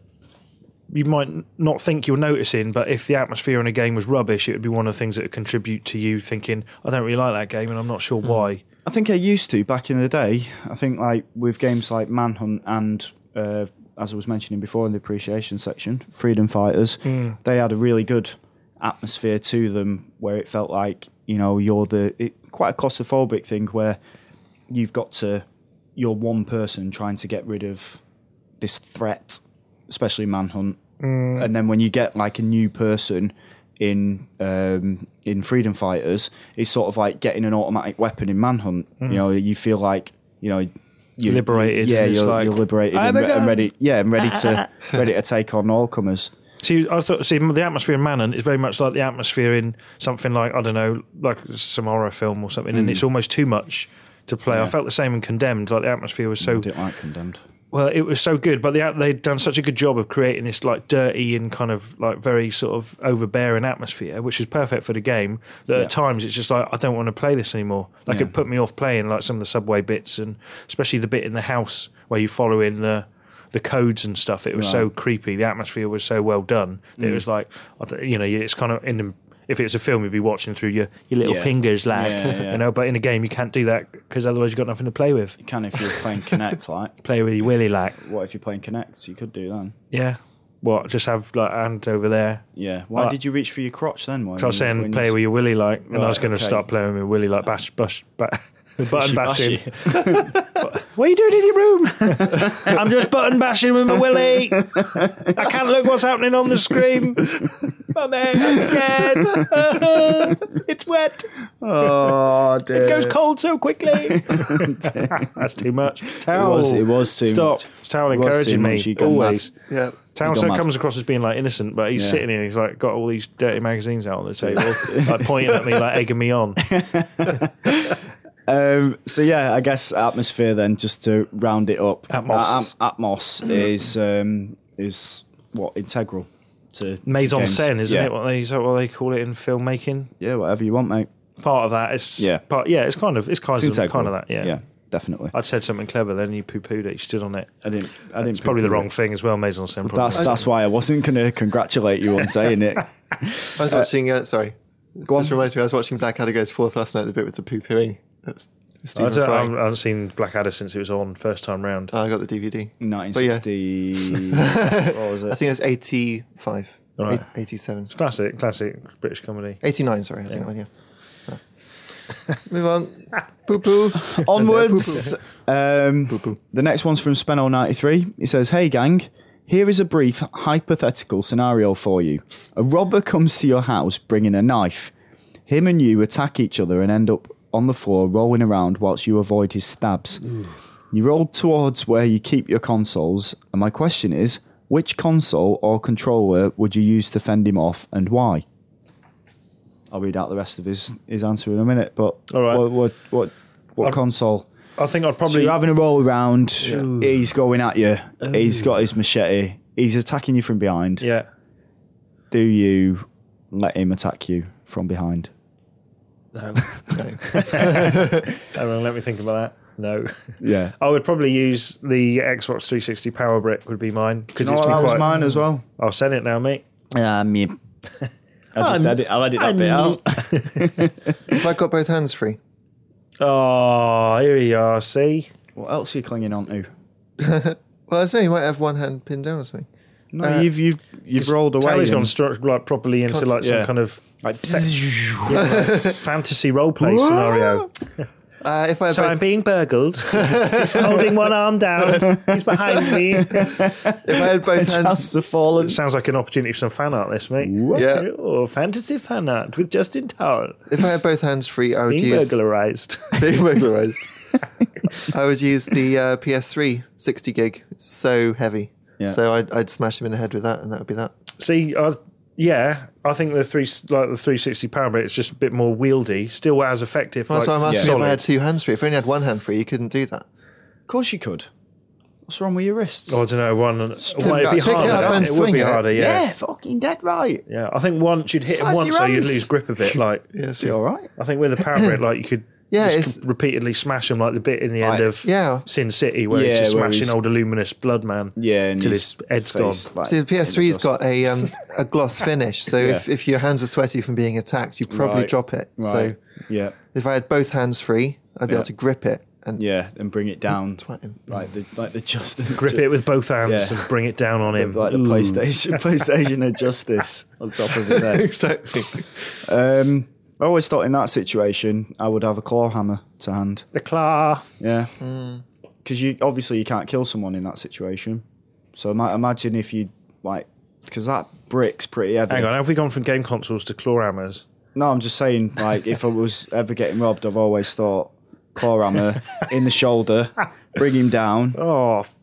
you might not think you're noticing, but if the atmosphere in a game was rubbish, it would be one of the things that would contribute to you thinking, I don't really like that game and I'm not sure why. I think I used to back in the day. I think like with games like Manhunt and uh, as I was mentioning before in the appreciation section, Freedom Fighters, they had a really good atmosphere to them where it felt like you know you're the it, quite a claustrophobic thing where you've got to you're one person trying to get rid of this threat, especially Manhunt. Mm. And then when you get like a new person in um, in Freedom Fighters, it's sort of like getting an automatic weapon in Manhunt. You know, you feel like you know. You, Mm. Liberated. yeah. It's You're, like, you're liberated and, re- and ready. Yeah, and ready to ready to take on all comers. See, I thought, see, the atmosphere in Manon is very much like the atmosphere in something like, I don't know, like some horror film or something, and it's almost too much to play. I felt the same in Condemned, like the atmosphere was so I didn't like condemned. well, it was so good, but they they'd done such a good job of creating this like dirty and kind of like very sort of overbearing atmosphere, which is perfect for the game. That at times it's just like I don't want to play this anymore. Like Yeah. it put me off playing like some of the subway bits and especially the bit in the house where you follow in the the codes and stuff. It was so creepy. The atmosphere was so well done. That Mm. It was like I th- you know, it's kind of in the. If it's a film, you'd be watching through your, your little Yeah. fingers, like Yeah, yeah, yeah. you know. But in a game, you can't do that because otherwise you've got nothing to play with. You can if you're playing Connect, like. Play with your willy, like What if you're playing Connect? You could do then. yeah. What? Just have like hand over there. Yeah. Why Uh, did you reach for your crotch then? Why So I was saying play with your willy like, and I was Right, going to okay. start playing with my willy like, bash, bash, ba- button bashing. bashy. What are you doing in your room? I'm just button bashing with my willy. I can't look what's happening on the screen. Mummy, I'm scared. it's wet. Oh, dear. It goes cold so quickly. That's too much. Towel. was- it was too Stop. much. Towel It was too encouraging much. You me gone always. Yeah. Towel gone so mad. comes across as being like innocent, but he's Yeah. sitting here. He's like got all these dirty magazines out on the table, like pointing at me, like egging me on. Um, so yeah, I guess atmosphere. Then just to round it up, Uh, Atmos. At- atmos is um, is what integral to to Maison games. scène, isn't Yeah. it? What they is that what they call it in filmmaking? Yeah, whatever you want, mate. Part of that is Yeah. Part, yeah, it's kind of it's kind It's of integral. kind of that. Yeah. yeah, definitely. I, I'd said something clever, then you poo pooed it. You stood on it. didn't. I didn't. It's probably the wrong thing as well. Maison scène. Probably. That's that's why I wasn't going to congratulate you on saying it. I was watching. Uh, sorry, just reminds me. I was watching Blackadder Goes Forth last night. The bit with the poo pooing. That's I, Stephen don't, I, haven't, Fry. I haven't seen Blackadder since it was on first time round. Uh, Oh, I got the DVD. 1960. what was I it? think it's 85, Right. eight- 87, Classic, classic British comedy. 89. Sorry, I think. Yeah. Yeah. Move on. Poo poo. Onwards. Um, the next one's from Spenol93. He says, Hey, gang, here is a brief hypothetical scenario for you. A robber comes to your house bringing a knife. Him and you attack each other and end up on the floor rolling around whilst you avoid his stabs. You roll towards where you keep your consoles, and my question is which console or controller would you use to fend him off and why? I'll read out the rest of his, his answer in a minute, but All right. what, Um, what, what, what I'd- console? I think I'd So probably. you're having a roll around. He's going at you. He's got his machete. He's attacking you from behind. Oh. yeah. Do you let him attack you from behind? No. Hang on, let me think about that. No. Yeah. I would probably use the Xbox 360 Power Brick would be mine because No, it's been that was quite- mine as well. I'll send it now, mate. Um, yeah. I'll just edit, I'll edit that bit out. Have I got both hands free? Oh, here we are. See, What else are you clinging on to? Well, I don't know. You might have one hand pinned down or something. No, you've you've you've rolled away. Tally's and- Uh, gone stru- like properly into like some yeah. kind of Like, fantasy role play scenario. Uh, if I had So I'm both, being burgled. He's holding one arm down. He's behind me. if I had both hands, chance to fall and Sounds like an opportunity for some fan art, this mate. Yeah. Oh, fantasy fan art with Justin Towell if I had both hands free, I would being use burglarized. They burglarized. I would use the uh, PS3 60 gig. It's so heavy. Yeah. So I'd, I'd smash him in the head with that, and that would be that. See, I, yeah, I think the three like the 360 power brick is just a bit more wieldy, still as effective. That's like- why I'm asking yeah. if I Solid. had two hands free. If I only had one hand free, you couldn't do that. Of course you could. What's wrong with your wrists? I don't know. One, well, it'd be back, pick it harder. up and it would swing be it. harder. Oh, Yeah. yeah, fucking dead right. I think once you'd hit it Size once, your so you'd hands. lose grip of it. Like Yes. You all right? I think with a power brick, like you could. Yeah, just it's- repeatedly smash him like the bit in the end Like, of yeah. Sin City where he's Yeah, just where smashing he's- old Illuminous Blood Man. Yeah, and till his his head's gone. face, like, See, the PS3's in the dust. got a um, a gloss finish, so if, if your hands are sweaty from being attacked, you probably Right. drop it. Right. So yeah, if I had both hands free, I'd be Yeah. able to grip it and yeah, and bring it down, twat him. like the like the Justin grip it with both hands Yeah. and bring it down on him. like the PlayStation PlayStation of Justice on top of his head. Exactly. Um, I always thought in that situation I would have a claw hammer to hand. the claw. Yeah, because you obviously you can't kill someone in that situation. So ima- imagine if you like because that brick's pretty heavy. Hang on, have we gone from game consoles to claw hammers? No, I'm just saying like if I was ever getting robbed, I've always thought claw hammer in the shoulder, bring him down. Oh, f-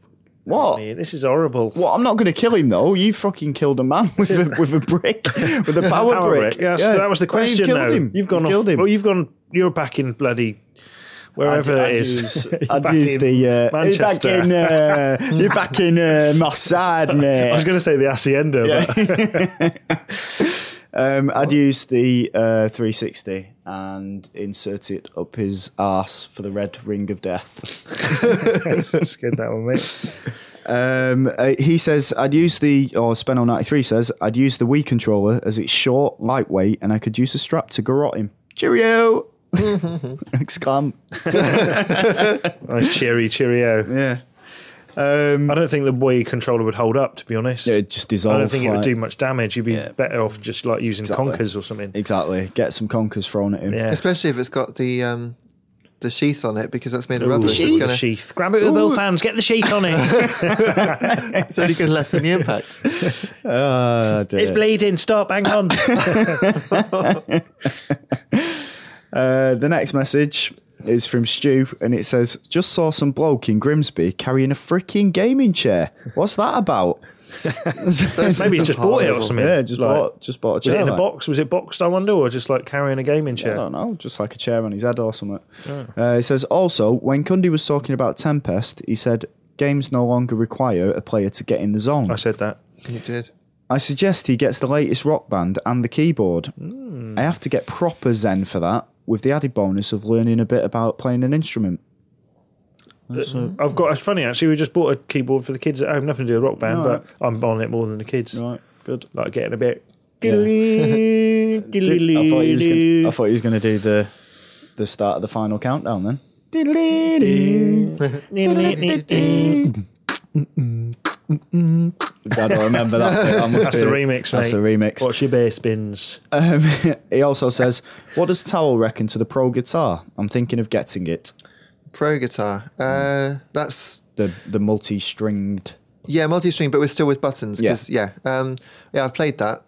What? me, this is horrible. Well, I'm not going to kill him though. You fucking killed a man with a, with a brick, with a power, Power brick. brick. Yes, that was the Well, question. Oh, you've killed though. him. You've gone you off. Killed him. Well, you've gone. You're back in bloody wherever I'd it use- is. You're I'd back use in the. Uh, you're back Manchester. in. Uh, you're back in uh, Mossad, I was mate. going to say the hacienda. But Um, I'd use the uh, 360 and insert it up his arse for the red ring of death. that's good that one, mate. Um, uh, he says I'd use the or Spenno ninety three says I'd use the Wii controller as it's short, lightweight, and I could use a strap to garrot him. Cheerio! Exclam! Nice cheery cheerio. Yeah. Um, I don't think the Wii controller would hold up, to be honest. yeah, it just dissolve. I don't think it would like- do much damage. You'd be Yeah. better off just like using Exactly. conkers or something. Exactly. Get some conkers thrown at him. Yeah. Especially if it's got the um, the sheath on it because that's made of Ooh, rubber. It's, just the gonna, sheath. Grab it with both hands. Get the sheath on it. it's only going to lessen the impact. Ah, dear. it's bleeding. Stop. Hang on. Uh, the next message is from Stu, and it says, "Just saw some bloke in Grimsby carrying a freaking gaming chair. What's that about?" Maybe he's just bought it or something. yeah, just Like, bought just bought a Was chair. it in a like- box? Was it boxed? I wonder, or just like carrying a gaming I chair? don't know, just like a chair on his head or something. Uh, it says also when Cundy was talking about Tempest, he said games no longer require a player to get in the zone. I said that. You did. I suggest he gets the latest rock band and the keyboard. I have to get proper zen for that, with the added bonus of learning a bit about playing an instrument. Uh, I've got. It's funny actually. We just bought a keyboard for the kids at home. Nothing to do with Rock No, Band, but I'm on it more than the kids. Right, good. Like getting a bit. Yeah. I I thought he was gonna, I thought he was going to do the the start of the final countdown then. I don't remember that. bit, I must That's the be- remix, That's mate. the remix. What's your bass bins? Uh, Um, he also says, "What does Towel reckon to the pro guitar? I'm thinking of getting it. Pro guitar. Uh, that's The the multi-stringed. yeah, multi-string, but we're still with buttons. 'cause- yeah, Um, yeah. I've played that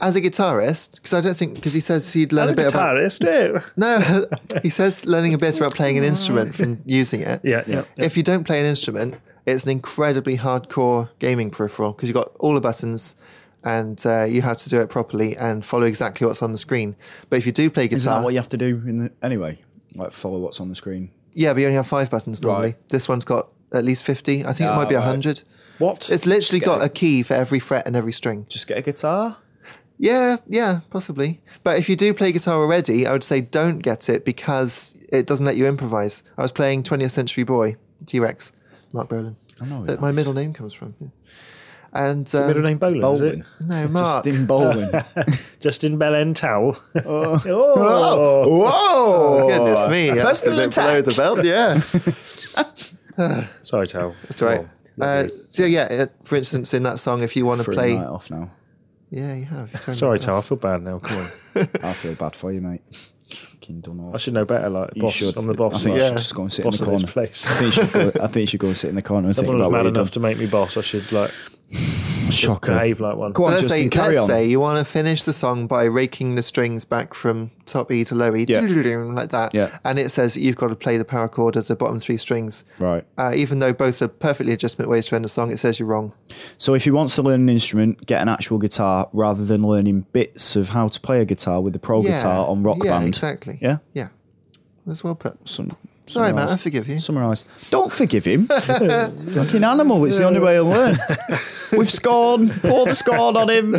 as a guitarist because I don't think because he says he'd learn I'm a bit about guitarist. yeah. no. he says learning a bit about playing an instrument from using it. Yeah, yeah. yeah. If you don't play an instrument, it's an incredibly hardcore gaming peripheral because you've got all the buttons and uh, you have to do it properly and follow exactly what's on the screen. But if you do play Isn't guitar, that what you have to do in the, anyway? Like follow what's on the screen. yeah, but you only have five buttons normally. Right. This one's got at least 50. I think it Ah, might be right. 100. What? It's literally got a key for every fret and every string. Just get a guitar. Yeah, yeah, possibly. But if you do play guitar already, I would say don't get it because it doesn't let you improvise. I was playing 20th Century Boy, T Rex, Mark Bolan. I know who That that my is. middle name comes from. yeah. And um, Middle name Bolan, is it? Bowling. No, Mark. Justin Bowling. Justin Belen Towel. Oh. Oh. Whoa! Goodness me. yeah, that's a Personal bit below attack. the belt, yeah. Sorry, Towel. That's right. Uh, so yeah, it, for instance, in that song, if you want to Threw play, the night off now. yeah, you have. You've thrown Sorry, it off. Towel. I feel bad now. Come on. I feel bad for you, mate. Fucking done I off. should know better. Like, You boss. should. I'm the boss. I think you Yeah. should just go and sit boss in of the this corner. place. I think you should go. I think you should go and sit in the corner and Someone was think about mad what enough you've to make me boss. I should like done. Shocker. behave like one. Go So on, let's Justin. say, carry let's on. say you want to finish the song by raking the strings back from top E to low E, Yeah. like that. Yeah. And it says that you've got to play the power chord of the bottom three strings. Right. Uh, even though both are perfectly legitimate ways to end a song, it says you're wrong. So if he wants to learn an instrument, get an actual guitar rather than learning bits of how to play a guitar with the pro guitar on Rock yeah, Band. exactly. Yeah. Yeah. That's well put. Some, Sorry, summarise- Matt, I forgive you. Summarise. Don't forgive him. Fucking animal. It's the only way he'll learn. With scorn. Pour the scorn on him.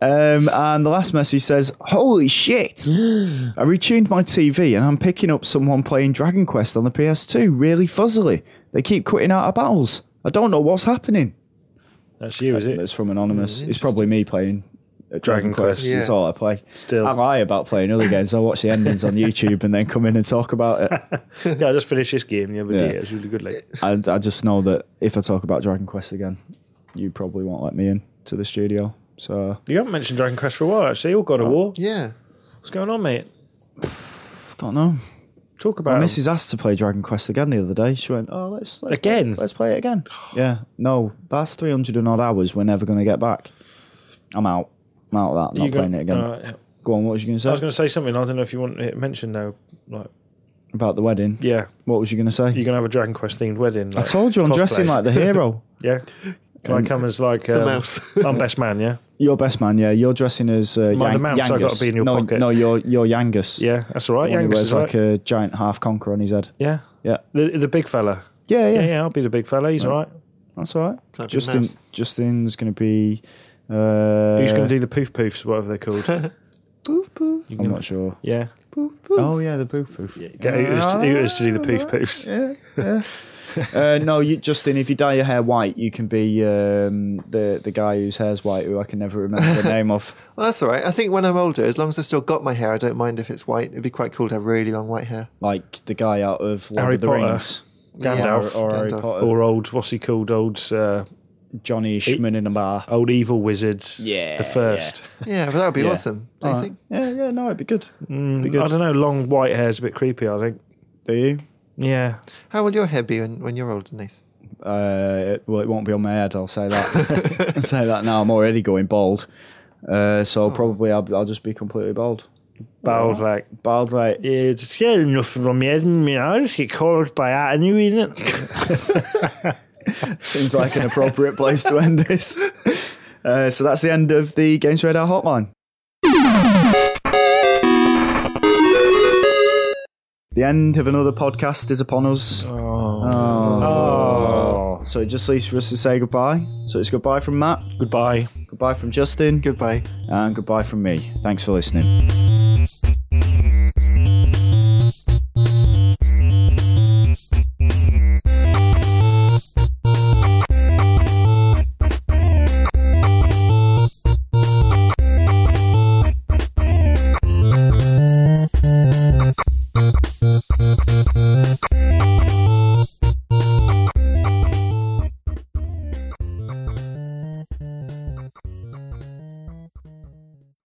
Um, and the last message says, "Holy shit! I retuned my TV and I'm picking up someone playing Dragon Quest on the PS2 really fuzzily. They keep quitting out of battles. I don't know what's happening." That's you, is it? Mm, It's from anonymous. it's probably me playing uh, Dragon Dragon Quest. Quest. It's Yeah. all I play. Still. I lie about playing other games. I watch the endings on YouTube and then come in and talk about it. Yeah, I just finished this game the other Yeah. day. It was really good. Like, I, I just know that if I talk about Dragon Quest again, you probably won't let me in to the studio. So you haven't mentioned Dragon Quest for a while, actually. Or God of War. Yeah. What's going on, mate? I don't know. Talk about it. Mrs. asked to play Dragon Quest again the other day. She went, "Oh, let's, let's Again? Play, let's play it again." yeah. No, that's three hundred and odd hours. We're never going to get back. I'm out. I'm out of that. Not You go- playing it again. Alright, yeah. Go on. What was you going to I say was going to say something. I don't know if you want it mentioned though. Like, about the wedding? yeah, What was you going to say? you're going to have a Dragon Quest themed wedding. I Like, told you I'm cosplay. dressing like the hero. Yeah. Can I come as like um, mouse. I'm best man. Yeah. Your best man, yeah. You're dressing as uh, Mind Yang- the mouse, I've Yangus. gotta be in your no, pocket. no, you're you're Yangus. Yeah. That's all right. The one who Youngest wears like is right. a giant half conquer on his head. yeah. Yeah, The the big fella. yeah, yeah. Yeah, yeah. I'll be the big fella. He's all right. That's all right. a Justin, mouse? Justin's gonna be. Uh, Who's going to do the poof poofs? Whatever they're called. I'm not sure. Yeah. Oh yeah, the poof poof. Get Ooters to, Ooters to do the poof poofs. uh, no, you, Justin, if you dye your hair white, you can be um, the the guy whose hair's white, who I can never remember the name of. Well, that's all right. I think when I'm older, as long as I've still got my hair, I don't mind if it's white. It'd be quite cool to have really long white hair. Like the guy out of Lord Harry of the Potter. Rings. Gandalf or, or Harry Gandalf. Potter. or old what's he called? Old uh, Johnny Ishman in a bar. old evil wizard. Yeah, the first. Yeah, but that would be Yeah. awesome. Don't you think? Yeah, yeah, no, it'd be good. be Mm, I good. don't know. Long white hair's a bit creepy. I think. Do you? Yeah, How will your hair be when, when you're older, Nath? Uh, well, it won't be on my head. I'll say that. I'll say that now. I'm already going bald, uh, so probably I'll, I'll just be completely bald. bald like. Bald, like It's yeah, nothing on my head and my eyes. Get called by that anyway, isn't it? seems like an appropriate place to end this. Uh, so that's the end of the Games Radar Hotline. The end of another podcast is upon us. Oh. So it just leaves for us to say goodbye. So it's goodbye from Matt, Goodbye. goodbye from Justin, Goodbye. and goodbye from me. Thanks for listening.